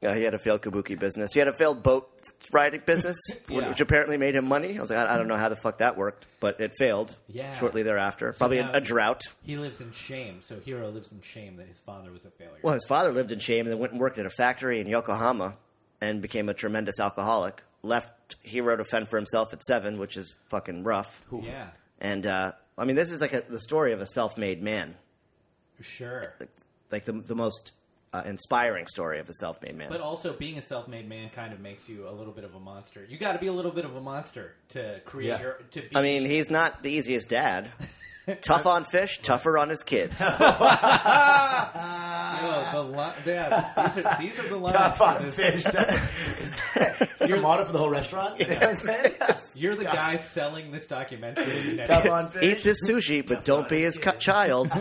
Yeah, he had a failed kabuki business. He had a failed boat riding business,
Yeah.
which apparently made him money. I was like, I, I don't know how the fuck that worked, but it failed.
Yeah.
Shortly thereafter, probably
now-
a, a drought.
he lives in shame, so hero lives in shame that his father was a failure.
Well, his father lived in shame and then went and worked at a factory in Yokohama and became a tremendous alcoholic. Left hero to fend for himself at seven, which is fucking rough.
yeah,
And uh, I mean, this is like a, the story of a self-made man,
sure.
like the the most uh, inspiring story of a self-made man.
But also, being a self-made man kind of makes you a little bit of a monster. You got to be a little bit of a monster to create
Yeah.
your. To be,
I mean, he's not the easiest dad. Tough on fish, tougher on his kids.
Oh, the li- yeah, these are, these are the lines.
Top
for
on
this.
fish. Your motto for the whole restaurant. You know what I'm saying?
You're the guy selling this documentary.
Top on fish.
Eat this sushi, but don't be his cu- child.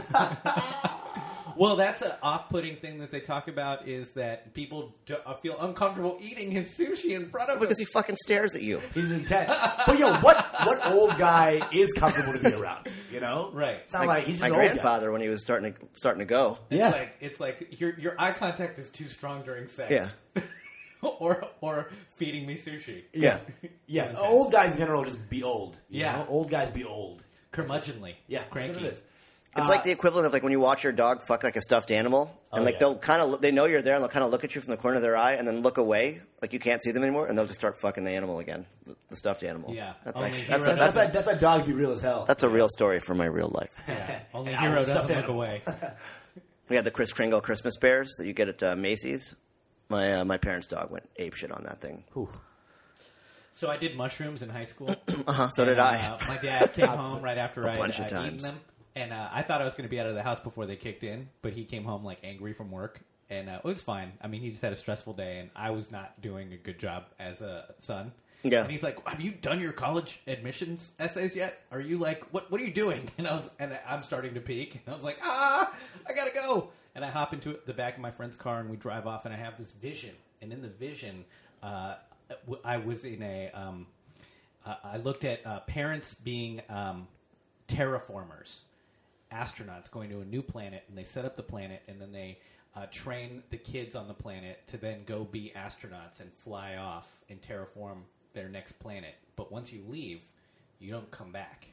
Well, that's an off-putting thing that they talk about is that people d- uh, feel uncomfortable eating his sushi in front of
because
him.
he fucking stares at you.
He's intense. but yo, what what old guy is comfortable to be around? You know,
Right.
It's not like, he's
my
just an old guy.
grandfather when he was starting to starting to go.
It's
Yeah.
like it's like your your eye contact is too strong during sex.
Yeah.
or or feeding me sushi.
Yeah.
Yeah, old guys in general just be old. you
Yeah.
know? old guys be old.
Curmudgeonly.
Yeah,
Cranky.
That's what it is.
It's
Uh,
like the equivalent of like when you watch your dog fuck like a stuffed animal, and
Oh,
like
yeah.
they'll kind of they know you're there, and they'll kind of look at you from the corner of their eye, and then look away, like you can't see them anymore, and they'll just start fucking the animal again, the, the stuffed animal.
Yeah.
that's,
Oh,
Only
like,
he
that's, a,
wrote-
that's,
that's
a,
why that's why dogs be real as hell.
that's a real story from my real life.
Yeah. Only
An
hero
owl
doesn't
stuffed
look
animal.
away.
We had the Chris Kringle Christmas bears that you get at uh, Macy's. My uh, my parents' dog went ape shit on that thing.
So I did mushrooms in high school.
Uh-huh, so did
Uh,
I.
my dad came home right after I
bunch
had
of
uh, eaten
times.
them, and uh, I thought I was going to be out of the house before they kicked in. But he came home like angry from work, and uh, it was fine. I mean, he just had a stressful day, and I was not doing a good job as a son.
Yeah.
And he's like, "Have you done your college admissions essays yet? Are you like, what? What are you doing?" And I was, and I'm starting to peak. And I was like, "Ah, I gotta go." And I hop into the back of my friend's car, and we drive off. And I have this vision, and in the vision, uh, w- I was in a um, uh, I looked at uh, parents being um, terraformers, astronauts going to a new planet, and they set up the planet, and then they uh, train the kids on the planet to then go be astronauts and fly off and terraform their next planet. But once you leave, you don't come back.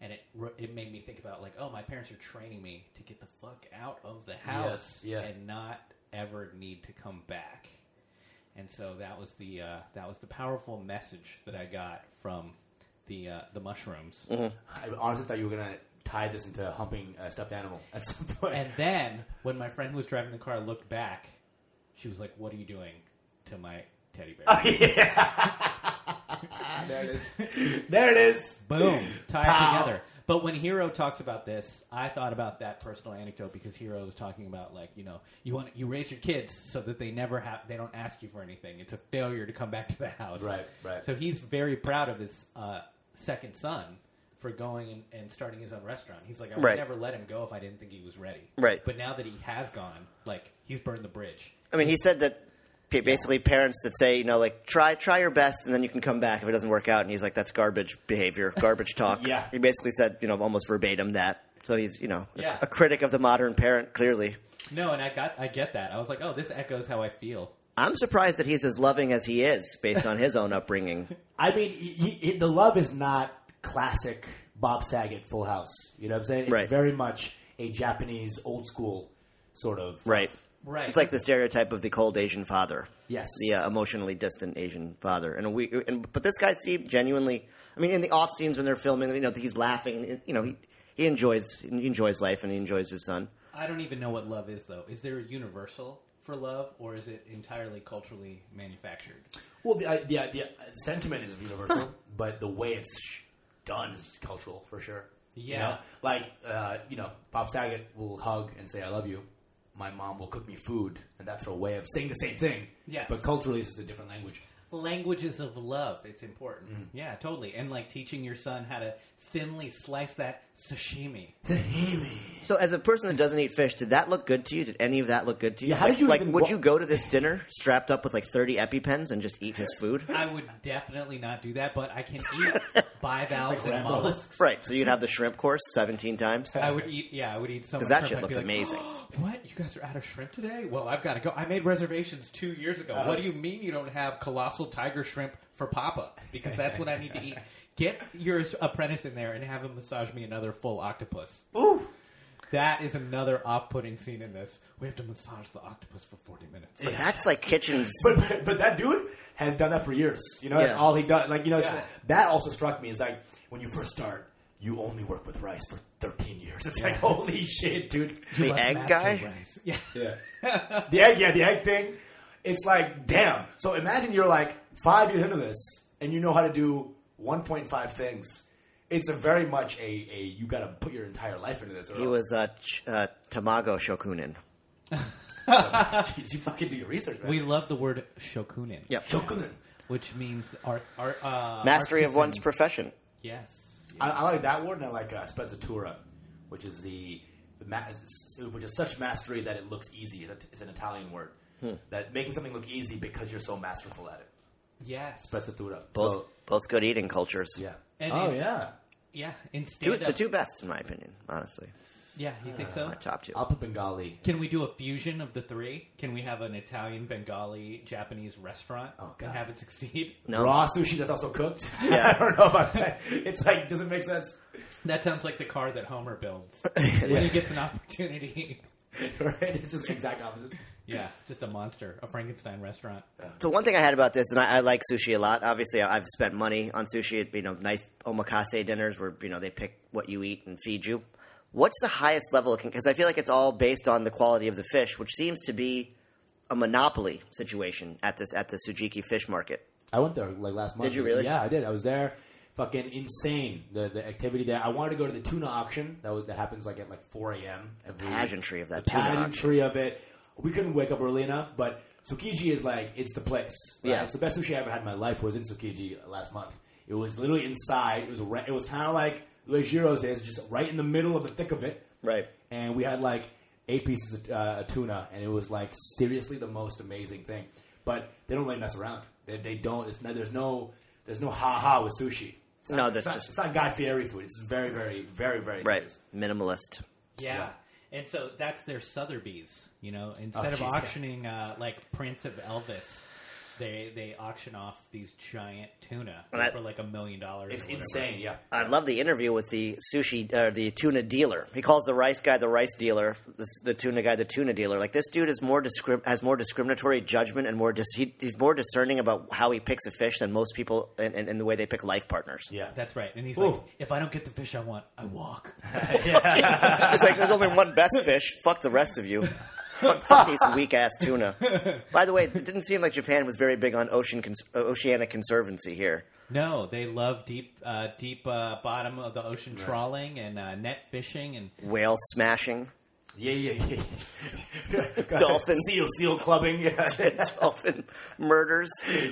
And it ro- it made me think about like, oh, my parents are training me to get the fuck out of the house
yeah.
and not ever need to come back. And so that was the uh, that was the powerful message that I got from the uh, the mushrooms.
I honestly thought you were gonna tie this into humping a stuffed animal at some point.
And then when my friend who was driving the car looked back, she was like, "What are you doing to my teddy bear?"
Oh, there it is. There it is.
Boom, tie
Pow.
it together. But when Hero talks about this, I thought about that personal anecdote because Hero was talking about like you know you want you raise your kids so that they never have they don't ask you for anything. It's a failure to come back to the house.
Right, right.
So he's very proud of his uh, second son for going and, and starting his own restaurant. He's like, I would
Right.
never let him go if I didn't think he was ready.
Right.
But now that he has gone, like he's burned the bridge.
I mean, he said that pa- basically parents that say, you know, like try try your best, and then you can come back if it doesn't work out. And he's like, that's garbage behavior, garbage talk.
Yeah.
he basically said, you know, almost verbatim that. So he's, you know, a,
Yeah.
a critic of the modern parent. Clearly,
No, and I got I get that. I was like, oh, this echoes how I feel.
I'm surprised that he's as loving as he is based on his own upbringing.
I mean, he, he, the love is not classic Bob Saget Full House. You know what I'm saying? It's
Right.
very much a Japanese old school sort of.
Right.
Right.
It's like the stereotype of the cold Asian father.
Yes.
The uh, emotionally distant Asian father. And we and but this guy seemed genuinely I mean in the off scenes when they're filming, you know, he's laughing and you know, he he enjoys he enjoys life and he enjoys his son.
I don't even know what love is though. Is there a universal for love, or is it entirely culturally manufactured?
Well, the, I- the, the sentiment is universal, but the way it's sh- done is cultural for sure. You
Yeah.
know? Like, uh, you know, Bob Saget will hug and say, I love you. My mom will cook me food, and that's her way of saying the same thing.
Yes.
But culturally, it's just a different language.
Languages of love. It's important. Yeah, totally. And like teaching your son how to thinly slice that sashimi.
So as a person that doesn't eat fish, did that look good to you? Did any of that look good to you?
Yeah, how
like,
did you
like
even
would
wa-
you go to this dinner strapped up with like 30 EpiPens and just eat his food?
I would definitely not do that, but I can eat bivalves
Like
and
Rambo.
mollusks.
Right. So you'd have the shrimp course 17 times.
I would eat. Yeah, I would eat so much.
'Cause that
shrimp,
shit
I'd be
looked
like,
amazing.
what? You guys are out of shrimp today? Well, I've got to go. I made reservations two years ago. what do you mean you don't have colossal tiger shrimp for Papa? Because that's what I need to eat. Get your apprentice in there and have him massage me another full octopus.
Ooh.
That is another off-putting scene in this. We have to massage the octopus for forty minutes.
But that's like kitchens.
But, but but that dude has done that for years. You know, that's
Yeah.
all he does. Like you know, it's,
Yeah.
that also struck me. Is like when you first start, you only work with rice for 13 years. It's like holy shit, dude.
The
Less
egg
master
guy?
rice. Yeah.
Yeah. the egg, yeah, the egg thing. It's like damn. So imagine you're like five years into this, and you know how to do 1.5 things. It's a very much a, a you got to put your entire life into this. Or
He was uh, ch- uh, Tamago Shokunin.
Jeez, you fucking do your research, man.
We love the word shokunin,
Yep.
Shokunin.
which means art, art, uh,
Mastery of
artisan.
one's profession.
Yes.
I, I like that word, and I like uh, spezzatura, which is the ma- soup, which is such mastery that it looks easy. It- It's an Italian word.
Hmm.
That making something look easy because you're so masterful at it.
Yes.
Spezzatura.
Both
So,
both good eating cultures.
yeah.
And
oh
it-
yeah.
yeah. Instead
Two,
of,
the two Uh, best, in my opinion, honestly.
Yeah, you think so?
My top two.
I'll put Bengali.
Can we do a fusion of the three? Can we have an Italian, Bengali, Japanese restaurant
Oh, God.
and have it succeed?
No.
Raw sushi that's also cooked.
Yeah.
I don't know about that. It's like doesn't make sense.
That sounds like the car that Homer builds when he gets an opportunity.
right? It's just exact opposite.
yeah, just a monster, a Frankenstein restaurant.
So one thing I had about this, and I, I like sushi a lot. Obviously, I- I've spent money on sushi. At, you know, nice omakase dinners where you know they pick what you eat and feed you. What's the highest level? Because I feel like it's all based on the quality of the fish, which seems to be a monopoly situation at this at the Tsujiki fish market.
I went there like last month.
you really?
Yeah, I did. I was there. Fucking insane the the activity there. I wanted to go to the tuna auction that was that happens like at like four a.m. The
pageantry of that
the
tuna auction.
pageantry of it. We couldn't wake up early enough, but Tsukiji is like it's the place. right?
Yeah.
it's the best sushi I ever had in my life was in Tsukiji last month. It was literally inside. It was re- it was kind of like Le Giro says, just right in the middle of the thick of it.
Right.
and we had like eight pieces of uh, tuna, and it was like seriously the most amazing thing. But they don't really mess around. They, they don't. It's no, there's no there's no ha ha with sushi. It's
No,
not,
that's
it's not,
just-
it's not Guy Fieri food. It's very very very very
Right.
serious.
Minimalist.
Yeah.
Yeah.
And so that's their Sotheby's, you know. Instead
Oh,
of
geez, yeah.
auctioning uh, like prints of Elvis, they they auction off these giant tuna
And that-
for like a million dollars.
It's
or whatever.
insane. Yeah.
I love the interview with the sushi, uh, the tuna dealer. He calls the rice guy the rice dealer, the, the tuna guy the tuna dealer. Like this dude is more discrim- has more discriminatory judgment and more dis- he, he's more discerning about how he picks a fish than most people in, in, in the way they pick life partners.
Yeah.
That's right. And he's like,
Ooh.
if I don't get the fish I want, I walk.
It's like there's only one best fish. Fuck the rest of you. Fuck, fuck these weak ass tuna. By the way, it didn't seem like Japan was very big on ocean cons- uh, oceanic conservancy here.
No, they love deep, uh, deep uh, bottom of the ocean trawling and uh, net fishing, and
Whale smashing,
Yeah, yeah, yeah, yeah.
Dolphin.
seal, seal clubbing. Yeah,
dolphin murders.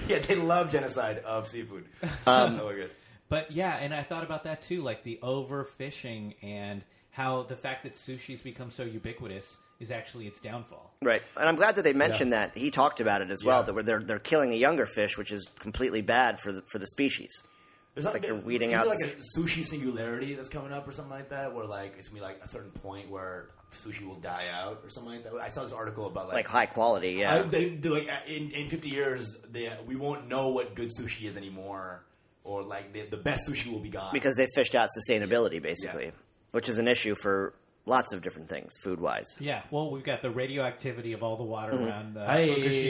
yeah, they love genocide of seafood.
Um,
oh my god.
but yeah, and I thought about that too, like the overfishing and how the fact that sushi's become so ubiquitous is actually its downfall.
Right, and I'm glad that they mentioned
Yeah.
that. He talked about it as well.
Yeah.
That we're, they're they're killing the younger fish, which is completely bad for the for the species.
There's not,
like
there-
they're weeding
isn't
out
there like
the
a sushi singularity that's coming up or something like that, where like it's gonna be like a certain point where sushi will die out or something like that. I saw this article about
Like
like,
high quality,
I,
yeah.
they, they, like in, in 50 years they, we won't know what good sushi is anymore, or like the, the best sushi will be gone
because they fished out sustainability basically,
Yeah.
which is an issue for lots of different things, food wise.
Yeah, well, we've got the radioactivity of all the water around uh,
Hey.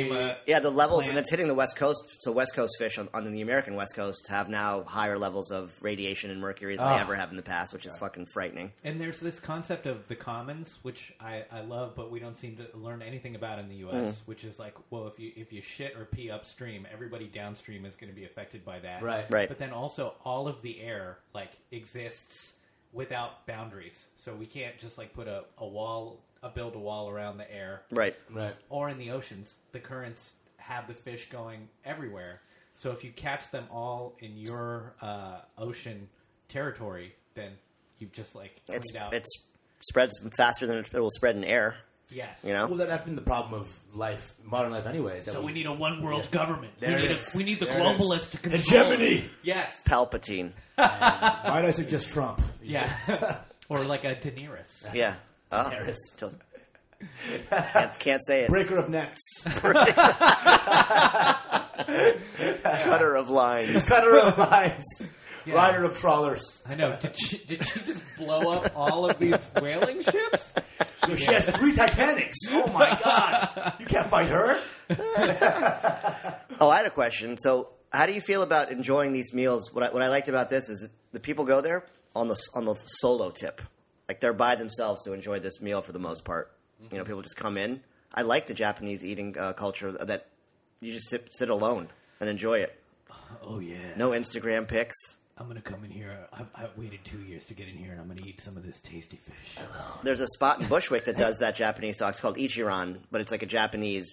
Fukushima.
Yeah, the levels, and
Plant.
it's hitting the West Coast. So West Coast fish on, on the American West Coast have now higher levels of radiation and mercury than they
Ah.
ever have in the past, which is fucking frightening.
And there's this concept of the commons, which I, I love, but we don't seem to learn anything about in the U.S. Which is like, well, if you if you shit or pee upstream, everybody downstream is going to be affected by that.
Right.
Right.
But then also, all of the air like exists without boundaries, so we can't just like put a, a wall, a build a wall around the air,
Right.
right.
or in the oceans, the currents have the fish going everywhere. So if you catch them all in your uh, ocean territory, then you've just like cleaned
It's
out.
it's spreads faster than it will spread in air.
yes,
You know.
Well, that, that's been the problem of life, modern life, anyways. that
So we need a one world government. We
There
need,
it
a,
is.
we need the
There it is.
globalists to control.
hegemony.
Yes.
Palpatine.
Why did I suggest Trump?
Oh. Yeah. or like a Daenerys.
Yeah. Oh.
There is.
Till- can't, can't say it.
breaker of nets,
Cutter of lines.
cutter of lines,
Yeah.
rider of trawlers.
I know. Did she, did she just blow up all of these whaling ships?
Yo, She has three Titanics. Oh my god! You can't fight her.
Oh, I had a question. So, how do you feel about enjoying these meals? What I, what I liked about this is that the people go there on the on the solo tip, like they're by themselves to enjoy this meal for the most part. You know, people just come in. I like the Japanese eating uh, culture that you just sit sit alone and enjoy it.
Oh yeah.
No Instagram pics.
I'm gonna come in here. I've, I've waited two years to get in here, and I'm gonna eat some of this tasty fish.
There's a spot in Bushwick that does that Japanese style. It's called Ichiran, but it's like a Japanese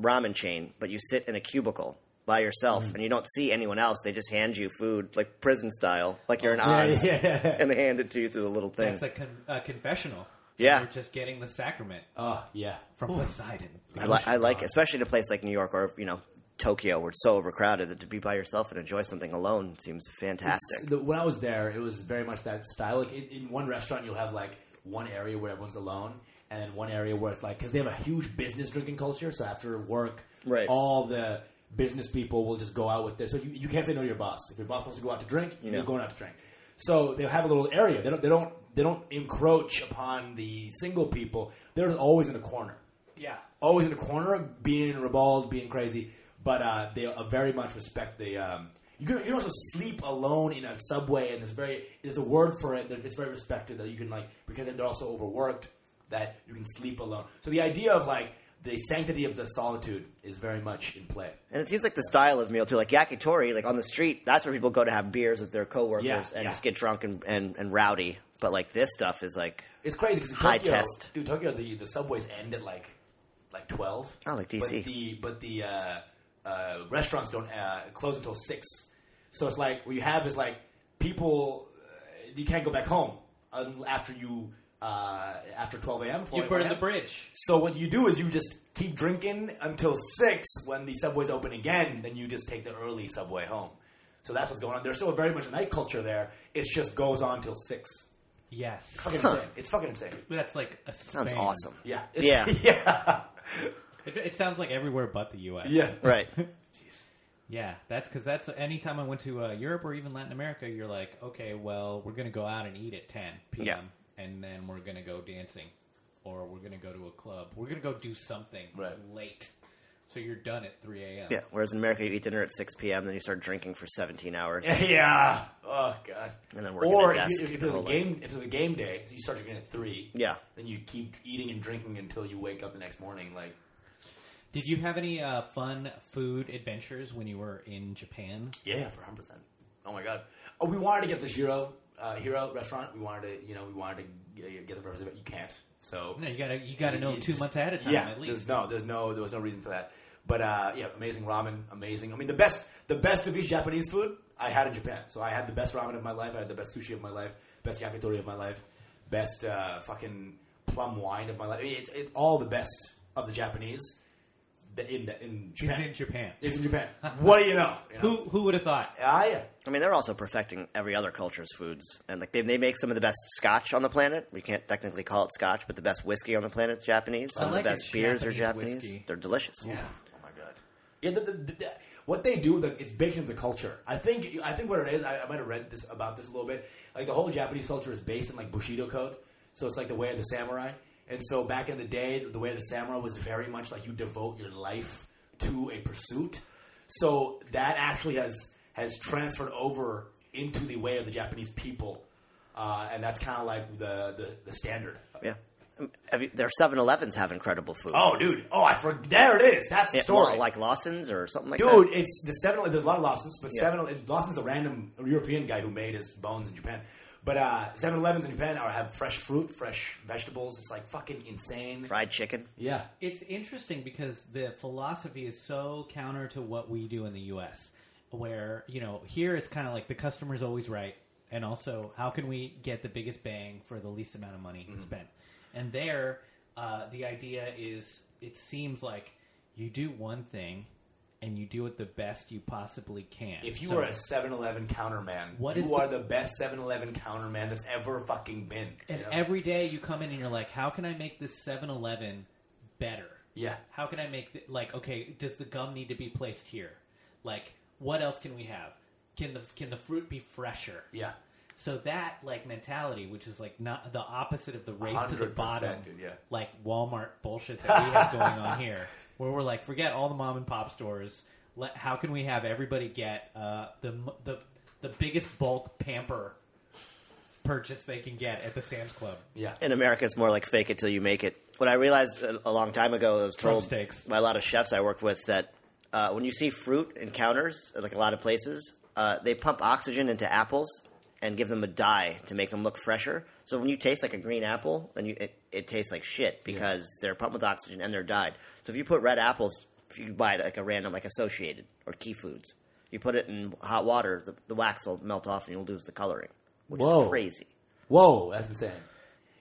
ramen chain. But you sit in a cubicle by yourself
Mm.
and you don't see anyone else. They just hand you food, like prison style, like you're in Oz,
yeah.
and they hand it to you through the little thing.
That's a, con- a confessional.
Yeah.
We're just getting the sacrament
Oh, yeah.
from Poseidon.
I, li- I like, especially in a place like New York or you know Tokyo, where it's so overcrowded that to be by yourself and enjoy something alone seems fantastic.
The- when I was there, it was very much that style. Like in, in one restaurant, you'll have like one area where everyone's alone, and then one area where it's like because they have a huge business drinking culture. So after work,
Right.
all the business people will just go out with this. So you, you can't say no to your boss. If your boss wants to go out to drink,
Yeah.
you're going out to drink. So they have a little area. They don't. They don't. They don't encroach upon the single people. They're always in a corner
Yeah.
always in a corner, being ribald, being crazy. But uh, they uh, very much respect the. Um, you, can, you can also sleep alone in a subway, and there's very there's a word for it. That it's very respected that you can like because they're also overworked that you can sleep alone. So the idea of like the sanctity of the solitude is very much in play.
And it seems like the style of meal too, like yakitori, like on the street, that's where people go to have beers with their coworkers
Yeah,
and
yeah.
just get drunk and, and, and rowdy. But like this stuff is like,
It's crazy because
High
Tokyo,
test.
dude. Tokyo, the, the subways end at like like twelve.
Oh, like DC.
But the but the uh, uh, restaurants don't uh, close until six. So it's like what you have is like people uh, you can't go back home un- after you uh, after twelve a.m. 12
You burn the
a.m..
bridge.
So what you do is you just keep drinking until six when the subways open again. Then you just take the early subway home. So that's what's going on. There's still very much a night culture there. It just goes on till six.
Yes.
Fucking insane. It's fucking insane.
That's like a
sounds
Spain.
awesome.
Yeah.
Yeah.
yeah.
It, it sounds like everywhere but the U.S.
Yeah.
Right.
Yeah, that's because that's anytime I went to uh, Europe or even Latin America, you're like, okay, well, we're gonna go out and eat at 10 p.m. and then we're gonna go dancing, or we're gonna go to a club, we're gonna go do something
Right.
late, so you're done at 3 a.m.
Yeah. Whereas in America, you eat dinner at 6 p.m., then you start drinking for 17 hours.
Yeah. Oh god.
And then working
or
at a
if,
desk
you, if,
your
it's a
whole
game, if it's a game day, so you start drinking at three.
Yeah.
Then you keep eating and drinking until you wake up the next morning. Like
Did you have any uh, fun food adventures when you were in Japan?
yeah, for hundred percent. Oh my god. Oh, we wanted to get this hero uh, hero restaurant. We wanted to, you know, we wanted to g- get the reservation. You can't. So
No, you gotta you gotta know
You
two
just-
months ahead of time
Yeah,
at
there's
least.
no, there's no, there was no reason for that. But uh, yeah, amazing ramen, amazing. I mean, the best, the best of each Japanese food I had in Japan. So I had the best ramen of my life. I had the best sushi of my life, best yakitori of my life, best uh, fucking plum wine of my life. I mean, it's it's all the best of the Japanese th- in the, in Japan.
It's in Japan.
It's in Japan. what do you know? You know?
Who who would have thought?
Ah, yeah.
I mean, they're also perfecting every other culture's foods, and like they, they make some of the best scotch on the planet. We can't technically call it scotch, but the best whiskey on the planet is Japanese. Some
like
of the
a
best beers are
Japanese
Japanese.
whiskey.
They're delicious.
Yeah.
Oh my god. Yeah, the, the, the, the- what they do, the, it's baked into the culture. I think, I think what it is, I, I might have read this about this a little bit. Like the whole Japanese culture is based in like Bushido code, so it's like the way of the samurai. And so back in the day, the way of the samurai was very much like you devote your life to a pursuit. So that actually has has transferred over into the way of the Japanese people, uh, and that's kind of like the, the the standard.
Yeah. Um, Have you, their 7-Elevens have incredible food.
Oh, dude! Oh, I forgot. There it is. That's the
Yeah,
story.
well, like Lawson's or something like that.
Dude, it's the seven. There's a lot of Lawson's, but
Yeah.
seven. It's, Lawson's a random European guy who made his bones in Japan. But uh, 7-Elevens in Japan are have fresh fruit, fresh vegetables. It's like fucking insane.
fried chicken.
Yeah,
It's interesting because the philosophy is so counter to what we do in the U.S., where you know here it's kind of like the customer's always right, and also how can we get the biggest bang for the least amount of money
Mm-hmm.
spent? And there, uh, the idea is it seems like you do one thing, and you do it the best you possibly can.
if you
So-
are a 7-Eleven counterman,
What
you
is
are the, best 7-Eleven counterman that's ever fucking been.
and
you know?
every day you come in and you're like, how can I make this 7-Eleven better?
yeah,
How can I make th- like okay? Does the gum need to be placed here? Like, what else can we have? Can the can the fruit be fresher?
yeah,
So that like mentality, which is like not the opposite of the race to the
100%,
bottom,
dude, yeah.
like Walmart bullshit that we have going on here, where we're like, forget all the mom and pop stores. Let, how can we have everybody get uh, the m- the the biggest bulk pamper purchase they can get at the Sam's Club?
yeah.
In America, it's more like fake it till you make it. What I realized a, a long time ago, I was told
steaks.
by a lot of chefs I worked with that uh, when you see fruit in counters, like a lot of places, uh, they pump oxygen into apples and give them a dye to make them look fresher. So when you taste like a green apple, then you, it, it tastes like shit because they're pumped with oxygen and they're dyed. So if you put red apples, if you buy it like a random, like Associated or Key Foods, you put it in hot water, the, the wax will melt off and you'll lose the coloring, which
Whoa.
is crazy.
Whoa, that's insane.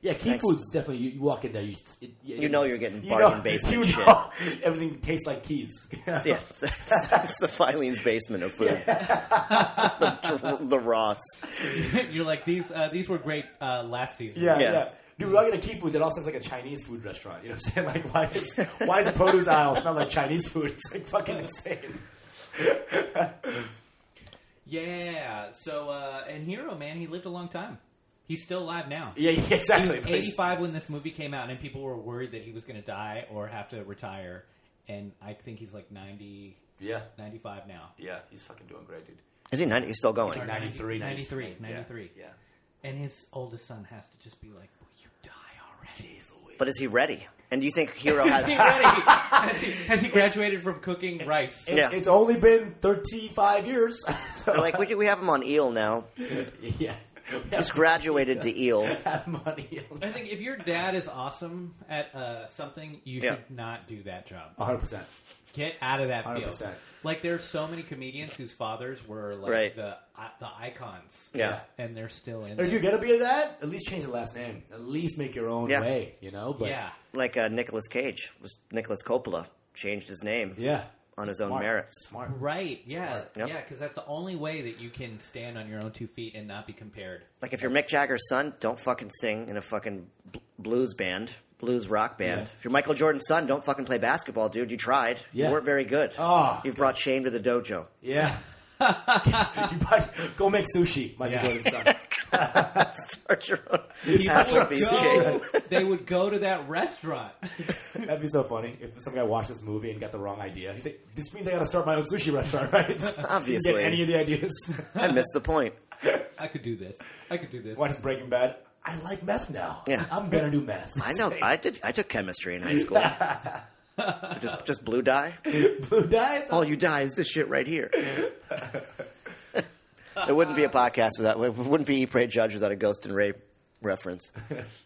Yeah, Key
Thanks.
Foods definitely. You, you walk in there, you it,
You know you're getting bargain basement
you
shit.
know Everything tastes like keys.
Yes, that's the Filene's basement of food. the, the Ross.
You're like these. Uh, these were great uh, last season.
Yeah,
Yeah.
yeah. Dude, we all get a Key Foods. It all sounds like a Chinese food restaurant. You know what I'm saying? Like, why is why is the produce aisle smell like Chinese food? It's like fucking insane.
Yeah. So uh, and Hero, man, he lived a long time. He's still alive now.
Yeah, yeah
He
exactly.
was 85 when this movie came out, and people were worried that he was going to die or have to retire. And I think he's like 90,
Yeah,
95 now.
yeah. He's fucking doing great, dude.
Is he 90? He's still going.
Sorry.
93,
93,
93.
93.
Yeah.
And his oldest son has to just be like, "Will you die already?"
Jeez Louise.
But is he ready? And do you think Hero has.
Is he ready? has, he, has he graduated from cooking rice?
Yeah.
It's only been 35 years. so,
They're like, we, we have him on eel now.
yeah.
He's graduated to eel.
money.
I think if your dad is awesome at uh, something, you
Yeah.
should not do that job.
100%.
Get out of that field.
100%.
Like there are so many comedians whose fathers were like
Right.
the uh, the icons,
Yeah.
and they're still in.
If
there.
you're going to be that, at least change the last name. At least make your own
Yeah.
way, you know? But,
yeah,
Like uh, Nicolas Cage. was Nicolas Coppola changed his name
Yeah.
on his own
Smart.
merits.
Smart.
right. Yeah,
Smart.
Yep.
yeah. Because that's the only way that you can stand on your own two feet and not be compared.
Like if you're Mick Jagger's son, don't fucking sing in a fucking bl- blues band, blues rock band.
Yeah.
If you're Michael Jordan's son, don't fucking play basketball, dude. You tried.
Yeah.
You weren't very good.
Oh,
You've brought shame to the dojo.
Yeah. you buy, go make sushi, Michael
Yeah.
Jordan's son.
Start your own
People
Afro
would go,
beef chain.
they would go to that restaurant.
That'd be so funny if some guy watched this movie and got the wrong idea. He's like, "This means I got to start my own sushi restaurant, right?"
Obviously.
Didn't get any of the ideas?
I missed the point.
I could do this. I could do this.
Watch Breaking Bad. I like meth now.
Yeah.
I'm gonna do meth.
I know. I did. I took chemistry in high school. just, just blue dye.
Blue dye.
All you dye is this shit right here. it wouldn't be a podcast without. It wouldn't be E Pray Judge without a Ghost and Ray reference.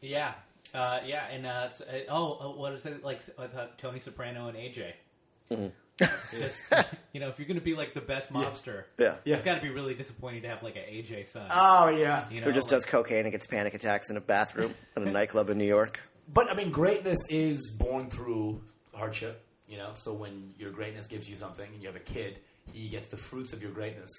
Yeah, uh, yeah, and uh, s- uh, oh, uh, what is it like? I thought Tony Soprano and AJ. Just, you know, if you're going to be like the best mobster,
Mm-hmm. Yeah. Uh,
Yeah.
it's got to be really disappointing to have like an AJ son.
Oh yeah.
you know,
Who just
like-
does cocaine and gets panic attacks in a bathroom in a nightclub in New York?
But I mean, greatness is born through hardship. You know, so when your greatness gives you something, and you have a kid, he gets the fruits of your greatness,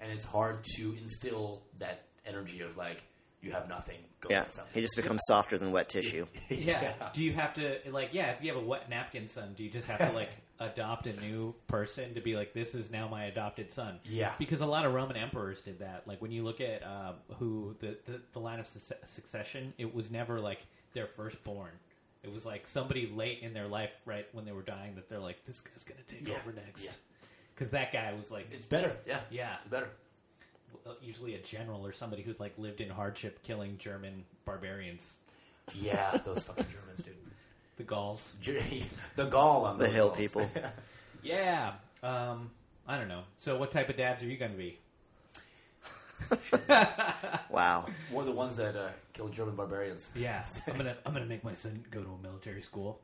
and it's hard to instill that energy of like you have nothing. Go
Yeah,
get
he
something.
just becomes softer than wet tissue.
yeah. Do you have to like? Yeah, if you have a wet napkin son, do you just have to like adopt a new person to be like, this is now my adopted son?
Yeah.
because a lot of Roman emperors did that. Like when you look at uh, who the, the the line of suc- succession, it was never like their firstborn. It was like somebody late in their life, right when they were dying, that they're like, this guy's gonna take
Yeah.
over next.
Yeah.
Because that guy was like
It's better. Yeah.
Yeah.
It's better.
uh, usually a general or somebody who'd like lived in hardship, killing German barbarians,
Yeah, those fucking Germans, dude.
the Gauls.
Ger- The Gaul on
The
those
hill
Gauls.
people.
Yeah. Um, I don't know. So, what type of dads are you going to be?
Wow.
One of the ones that uh, killed German barbarians.
Yeah, I'm gonna I'm gonna make my son go to a military school,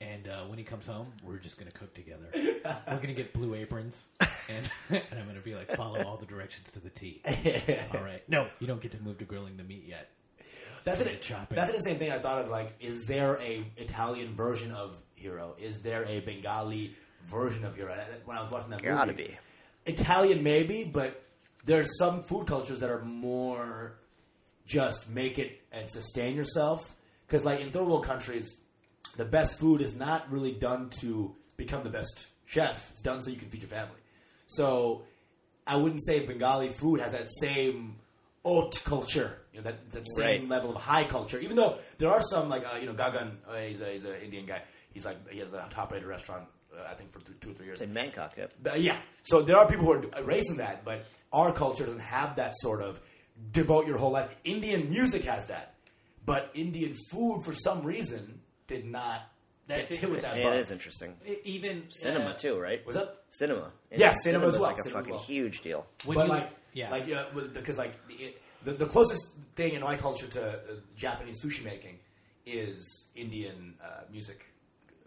and uh, when he comes home, we're just gonna cook together. We're gonna get blue aprons, and, and I'm gonna be like, follow all the directions to the T. All right. No, you don't get to move to grilling the meat yet.
That's an,
Straight chopping.
that's an insane thing I thought of. Like, is there a Italian version of Hero? Is there a Bengali version of Hero? And When I was watching that
Gotta
movie,
be.
Italian maybe, but there's some food cultures that are more just make it and sustain yourself. Because like in third world countries, the best food is not really done to become the best chef. It's done so you can feed your family. So I wouldn't say Bengali food has that same haute culture, you know, that, that same
Right.
level of high culture. Even though there are some like uh, you know Gagan, uh, he's a, he's an Indian guy. He's like he has the top rated restaurant. Uh, I think for th- two or three years.
It's in Bangkok. Yep.
Uh, yeah. So there are people who are raising that, but our culture doesn't have that sort of devote your whole life. Indian music has that, but Indian food, for some reason, did not
That's
get hit with that.
Yeah,
bug.
it is interesting.
E- Even
Cinema
uh,
too, right?
What's up?
Cinema.
Yeah, cinema as well,
like a
cinema as
fucking
well.
huge deal.
when
but
you-
like,
yeah,
like yeah, because like the, the the closest thing in my culture to uh, Japanese sushi making is Indian uh, music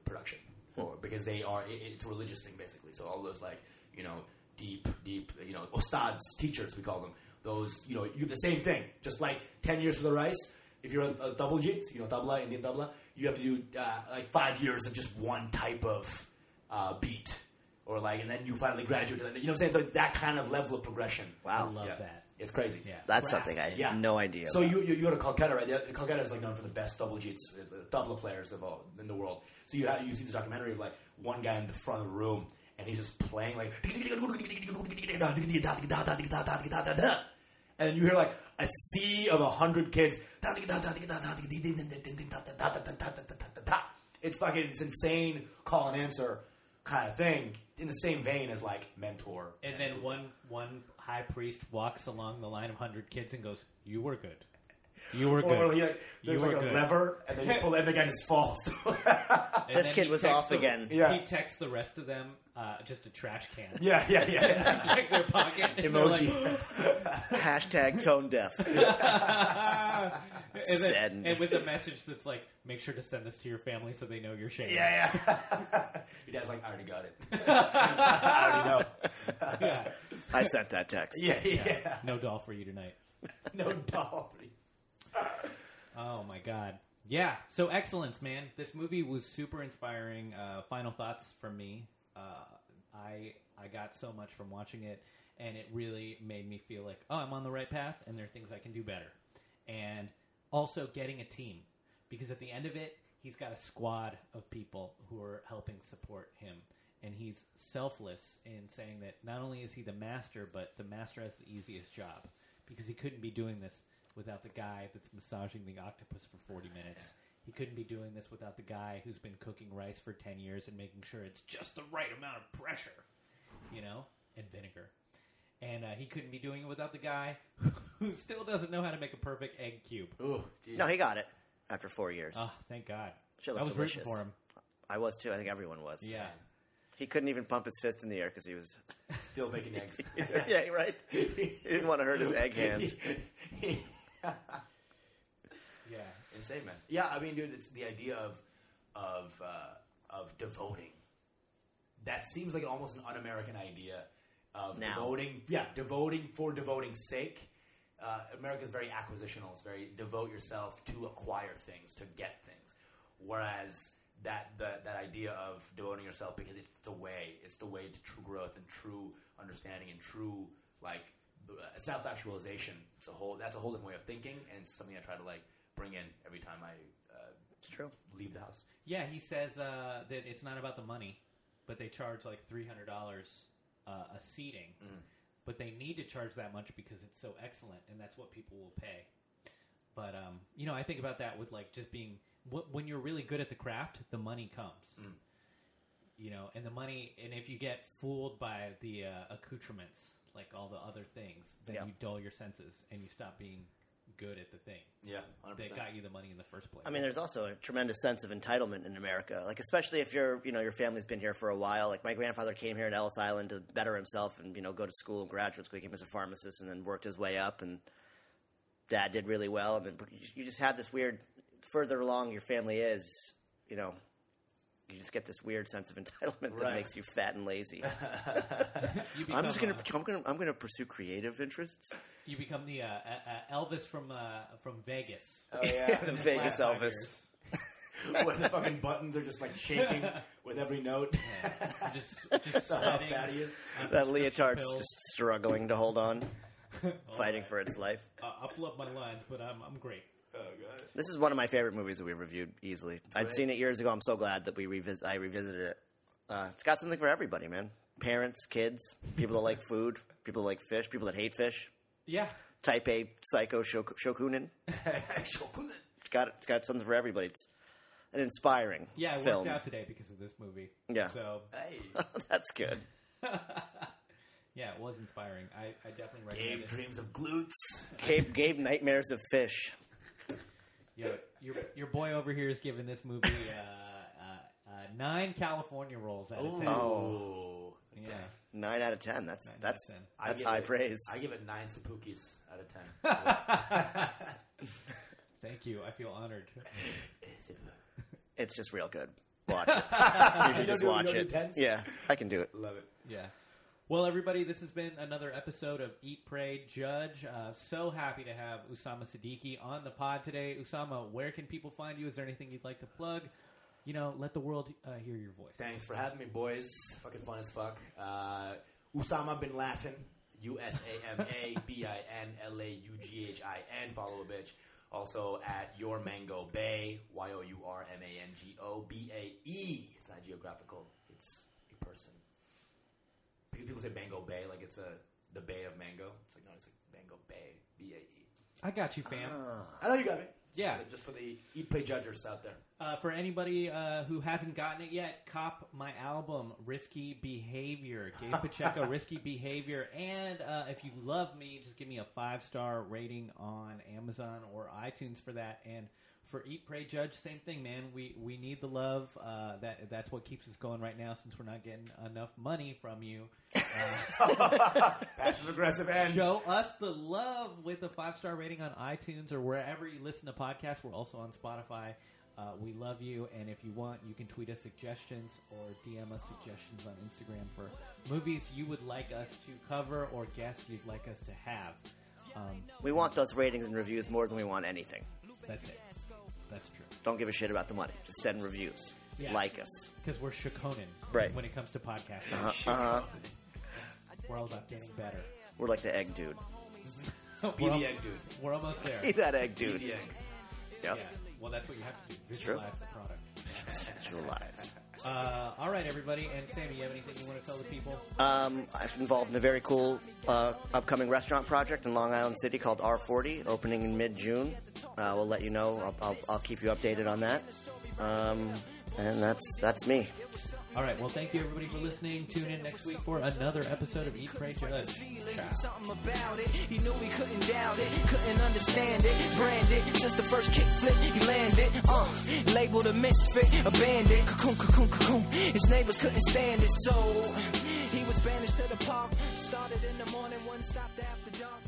production, or because they are it, it's a religious thing basically. So all those like you know deep deep you know ostads teachers we call them those you know you the same thing just like ten years for the rice. If you're a, a double jit, you know, tabla, Indian tabla, you have to do uh, like five years of just one type of uh, beat, or like, and then you finally graduate. You know what I'm saying? So that kind of level of progression.
Wow.
I love
Yeah.
that.
It's crazy.
Yeah.
That's
Brass.
something I had
Yeah.
no idea.
So
about.
you, you you go to Calcutta, right? The- Calcutta is like known for the best double jeets, uh, the double players of all in the world. So you have, you see this documentary of like one guy in the front of the room and he's just playing like, and you hear like a sea of a hundred kids. It's fucking it's insane call and answer kind of thing in the same vein as like mentor.
And then one one high priest walks along the line of hundred kids and goes, "You were good. You were
Or
good."
he, like,
You
there's like
were
a
good.
lever, and then you pull, and the guy just falls.
And
This
then
kid
he
was
texts
off
the-
again.
Yeah.
He texts the rest of them uh, just a trash can.
yeah, yeah, yeah.
Check their pocket and they're
Emoji.
like-
Hashtag tone deaf.
"Ah." and,
Send.
then, and with a message that's like, make sure to send this to your family so they know you're sharing.
yeah, yeah. Your dad's like, I already got it. I already know.
Yeah.
I sent that text.
Yeah, yeah.
No doll for you tonight.
No doll.
Oh my god. Yeah. So excellence, man. This movie was super inspiring. Uh, final thoughts from me. Uh, I I got so much from watching it, and it really made me feel like, oh, I'm on the right path, and there are things I can do better. And also getting a team, because at the end of it, he's got a squad of people who are helping support him. And he's selfless in saying that not only is he the master, but the master has the easiest job because he couldn't be doing this without the guy that's massaging the octopus for 40 minutes. He couldn't be doing this without the guy who's been cooking rice for 10 years and making sure it's just the right amount of pressure, you know, and vinegar. And uh, he couldn't be doing it without the guy who still doesn't know how to make a perfect egg cube.
Ooh, geez.
No, he got it after four years.
Uh.
Oh, thank God.
Shit looked
I was
delicious.
rooting for him.
I was too. I think everyone was.
Yeah.
He couldn't even pump his fist in the air because he was.
Still making eggs.
yeah, right. He didn't want to hurt his egg hand.
Yeah.
Insane, man. Yeah, I mean, dude, it's the idea of of uh, of devoting. That seems like almost an un-American idea of
Now.
devoting. Yeah, devoting for devoting's sake. Uh, America's very acquisitional. It's very devote yourself to acquire things, to get things. Whereas that the, that idea of devoting yourself because it's the way, it's the way to true growth and true understanding and true like uh, self actualization. It's a whole that's a whole different way of thinking and something I try to like bring in every time I uh,
It's true.
leave the house.
Yeah, he says uh, that it's not about the money, but they charge like three hundred dollars uh, a seating,
Mm-hmm.
but they need to charge that much because it's so excellent, and that's what people will pay. But um, you know, I think about that with like just being wh- when you're really good at the craft, the money comes.
Mm.
You know, and the money, and if you get fooled by the uh, accoutrements, like all the other things, then
Yeah.
you dull your senses and you stop being good at the thing
Yeah, 100%.
that got you the money in the first place.
I mean, there's also a tremendous sense of entitlement in America. Like, especially if you're, you know, your family's been here for a while. Like, my grandfather came here to Ellis Island to better himself and, you know, go to school and graduate school. He came as a pharmacist and then worked his way up. And dad did really well. And then you just have this weird, further along your family is, you know, you just get this weird sense of entitlement that
Right.
makes you fat and lazy.
You
I'm just
become,
gonna,
uh,
I'm gonna, I'm gonna pursue creative interests.
You become the uh, uh, uh, Elvis from uh, from Vegas.
Oh, yeah.
the Uh, Vegas
Flat
Elvis.
Tigers.
where the fucking buttons are just like shaking with every note.
Yeah. Just, just
That's how
sweating
fat he is.
on
That
prescription
leotard's
pills.
just struggling to hold on,
All
fighting
right.
for its life.
Uh, I flub my lines, but I'm I'm great.
Oh god.
This is one of my favorite movies that we reviewed easily. I'd
right.
seen it years ago. I'm so glad that we revis- I revisited it. Uh, it's got something for everybody, man. Parents, kids, people that like food, people that like fish, people that hate fish.
Yeah,
Type A psycho shok- shokunin.
Shokunin.
It's got it's got something for everybody. It's an inspiring
yeah. I
film.
worked out today because of this movie.
Yeah.
So
Hey,
That's good.
yeah, it was inspiring. I, I definitely recommend
Gabe
it.
dreams of glutes.
Gabe, Gabe nightmares of fish.
Yo, your your boy over here is giving this movie uh, uh, uh, nine California rolls out of ten.
Oh,
Yeah,
Nine out of ten. That's
Nine out
that's
of 10.
I
that's
give
high
it-
praise.
I give it nine sapukis out of ten.
thank you. I feel honored.
eh,
It's just real good. Watch it. you should
don't
just
do- you
watch
don't do
it.
tens?
Yeah, I can do it.
Love it.
Yeah. Well, everybody, this has been another episode of Eat, Pray, Judge. Uh, so happy to have Usama Siddiqui on the pod today. Usama, where can people find you? Is there anything you'd like to plug? You know, let the world uh, hear your voice.
Thanks for having me, boys. Fucking fun as fuck. Uh, Usama bin Laden, U S A M A B I N L A U G H I N. Follow a bitch. Also at Your Mango Bay, Y O U R M A N G O B A E. It's not geographical. It's a person. Because people say Mango Bay like it's a the Bay of Mango. It's like no, it's like Mango Bay, B A E.
I got you, fam.
I know you got me. Just
Yeah.
for the- just for the eat play judgers out there.
Uh, for anybody uh, who hasn't gotten it yet, cop my album, Risky Behavior. Gabe Pacheco, Risky Behavior. And uh, if you love me, just give me a five star rating on Amazon or iTunes for that. And for Eat, Pray, Judge, same thing, man. We we need the love. Uh, that That's what keeps us going right now since we're not getting enough money from you. Uh,
Passive aggressive and
Show us the love with a five star rating on iTunes or wherever you listen to podcasts. We're also on Spotify. Uh, we love you, and if you want, you can tweet us suggestions or DM us suggestions on Instagram for movies you would like us to cover or guests you'd like us to have. Um,
We want those ratings and reviews more than we want anything.
that's it. That's true.
Don't give a shit about the money. Just send reviews.
Yeah.
Like us.
Because we're Shakonin
Right.
when it comes to podcasting. We're all about getting better.
We're like the egg dude.
be
we're,
the
al-
egg dude.
we're almost
Be
there.
that egg
Be
dude.
the egg.
Yep.
Yeah. Well, that's what you have to do.
true.
Visualize the product.
Visualize.
Uh, all right, everybody. And Sammy, you have anything you want to tell the people?
Um, I've involved in a very cool uh, upcoming restaurant project in Long Island City called R40, opening in mid June. Uh, we'll let you know. I'll, I'll, I'll keep you updated on that. Um, and that's that's me.
All right. Well, thank you, everybody, for listening. Tune in next week for another episode of Eat, Pray, Judge.
feeling,
Ciao.
something about it. He knew he couldn't doubt it, couldn't understand it. Branded, just the first kickflip he landed. Uh, labeled a misfit, a bandit. Cocoon, cocoon, cocoon. His neighbors couldn't stand it, so he was banished to the park. Started in the morning, one stopped after dark.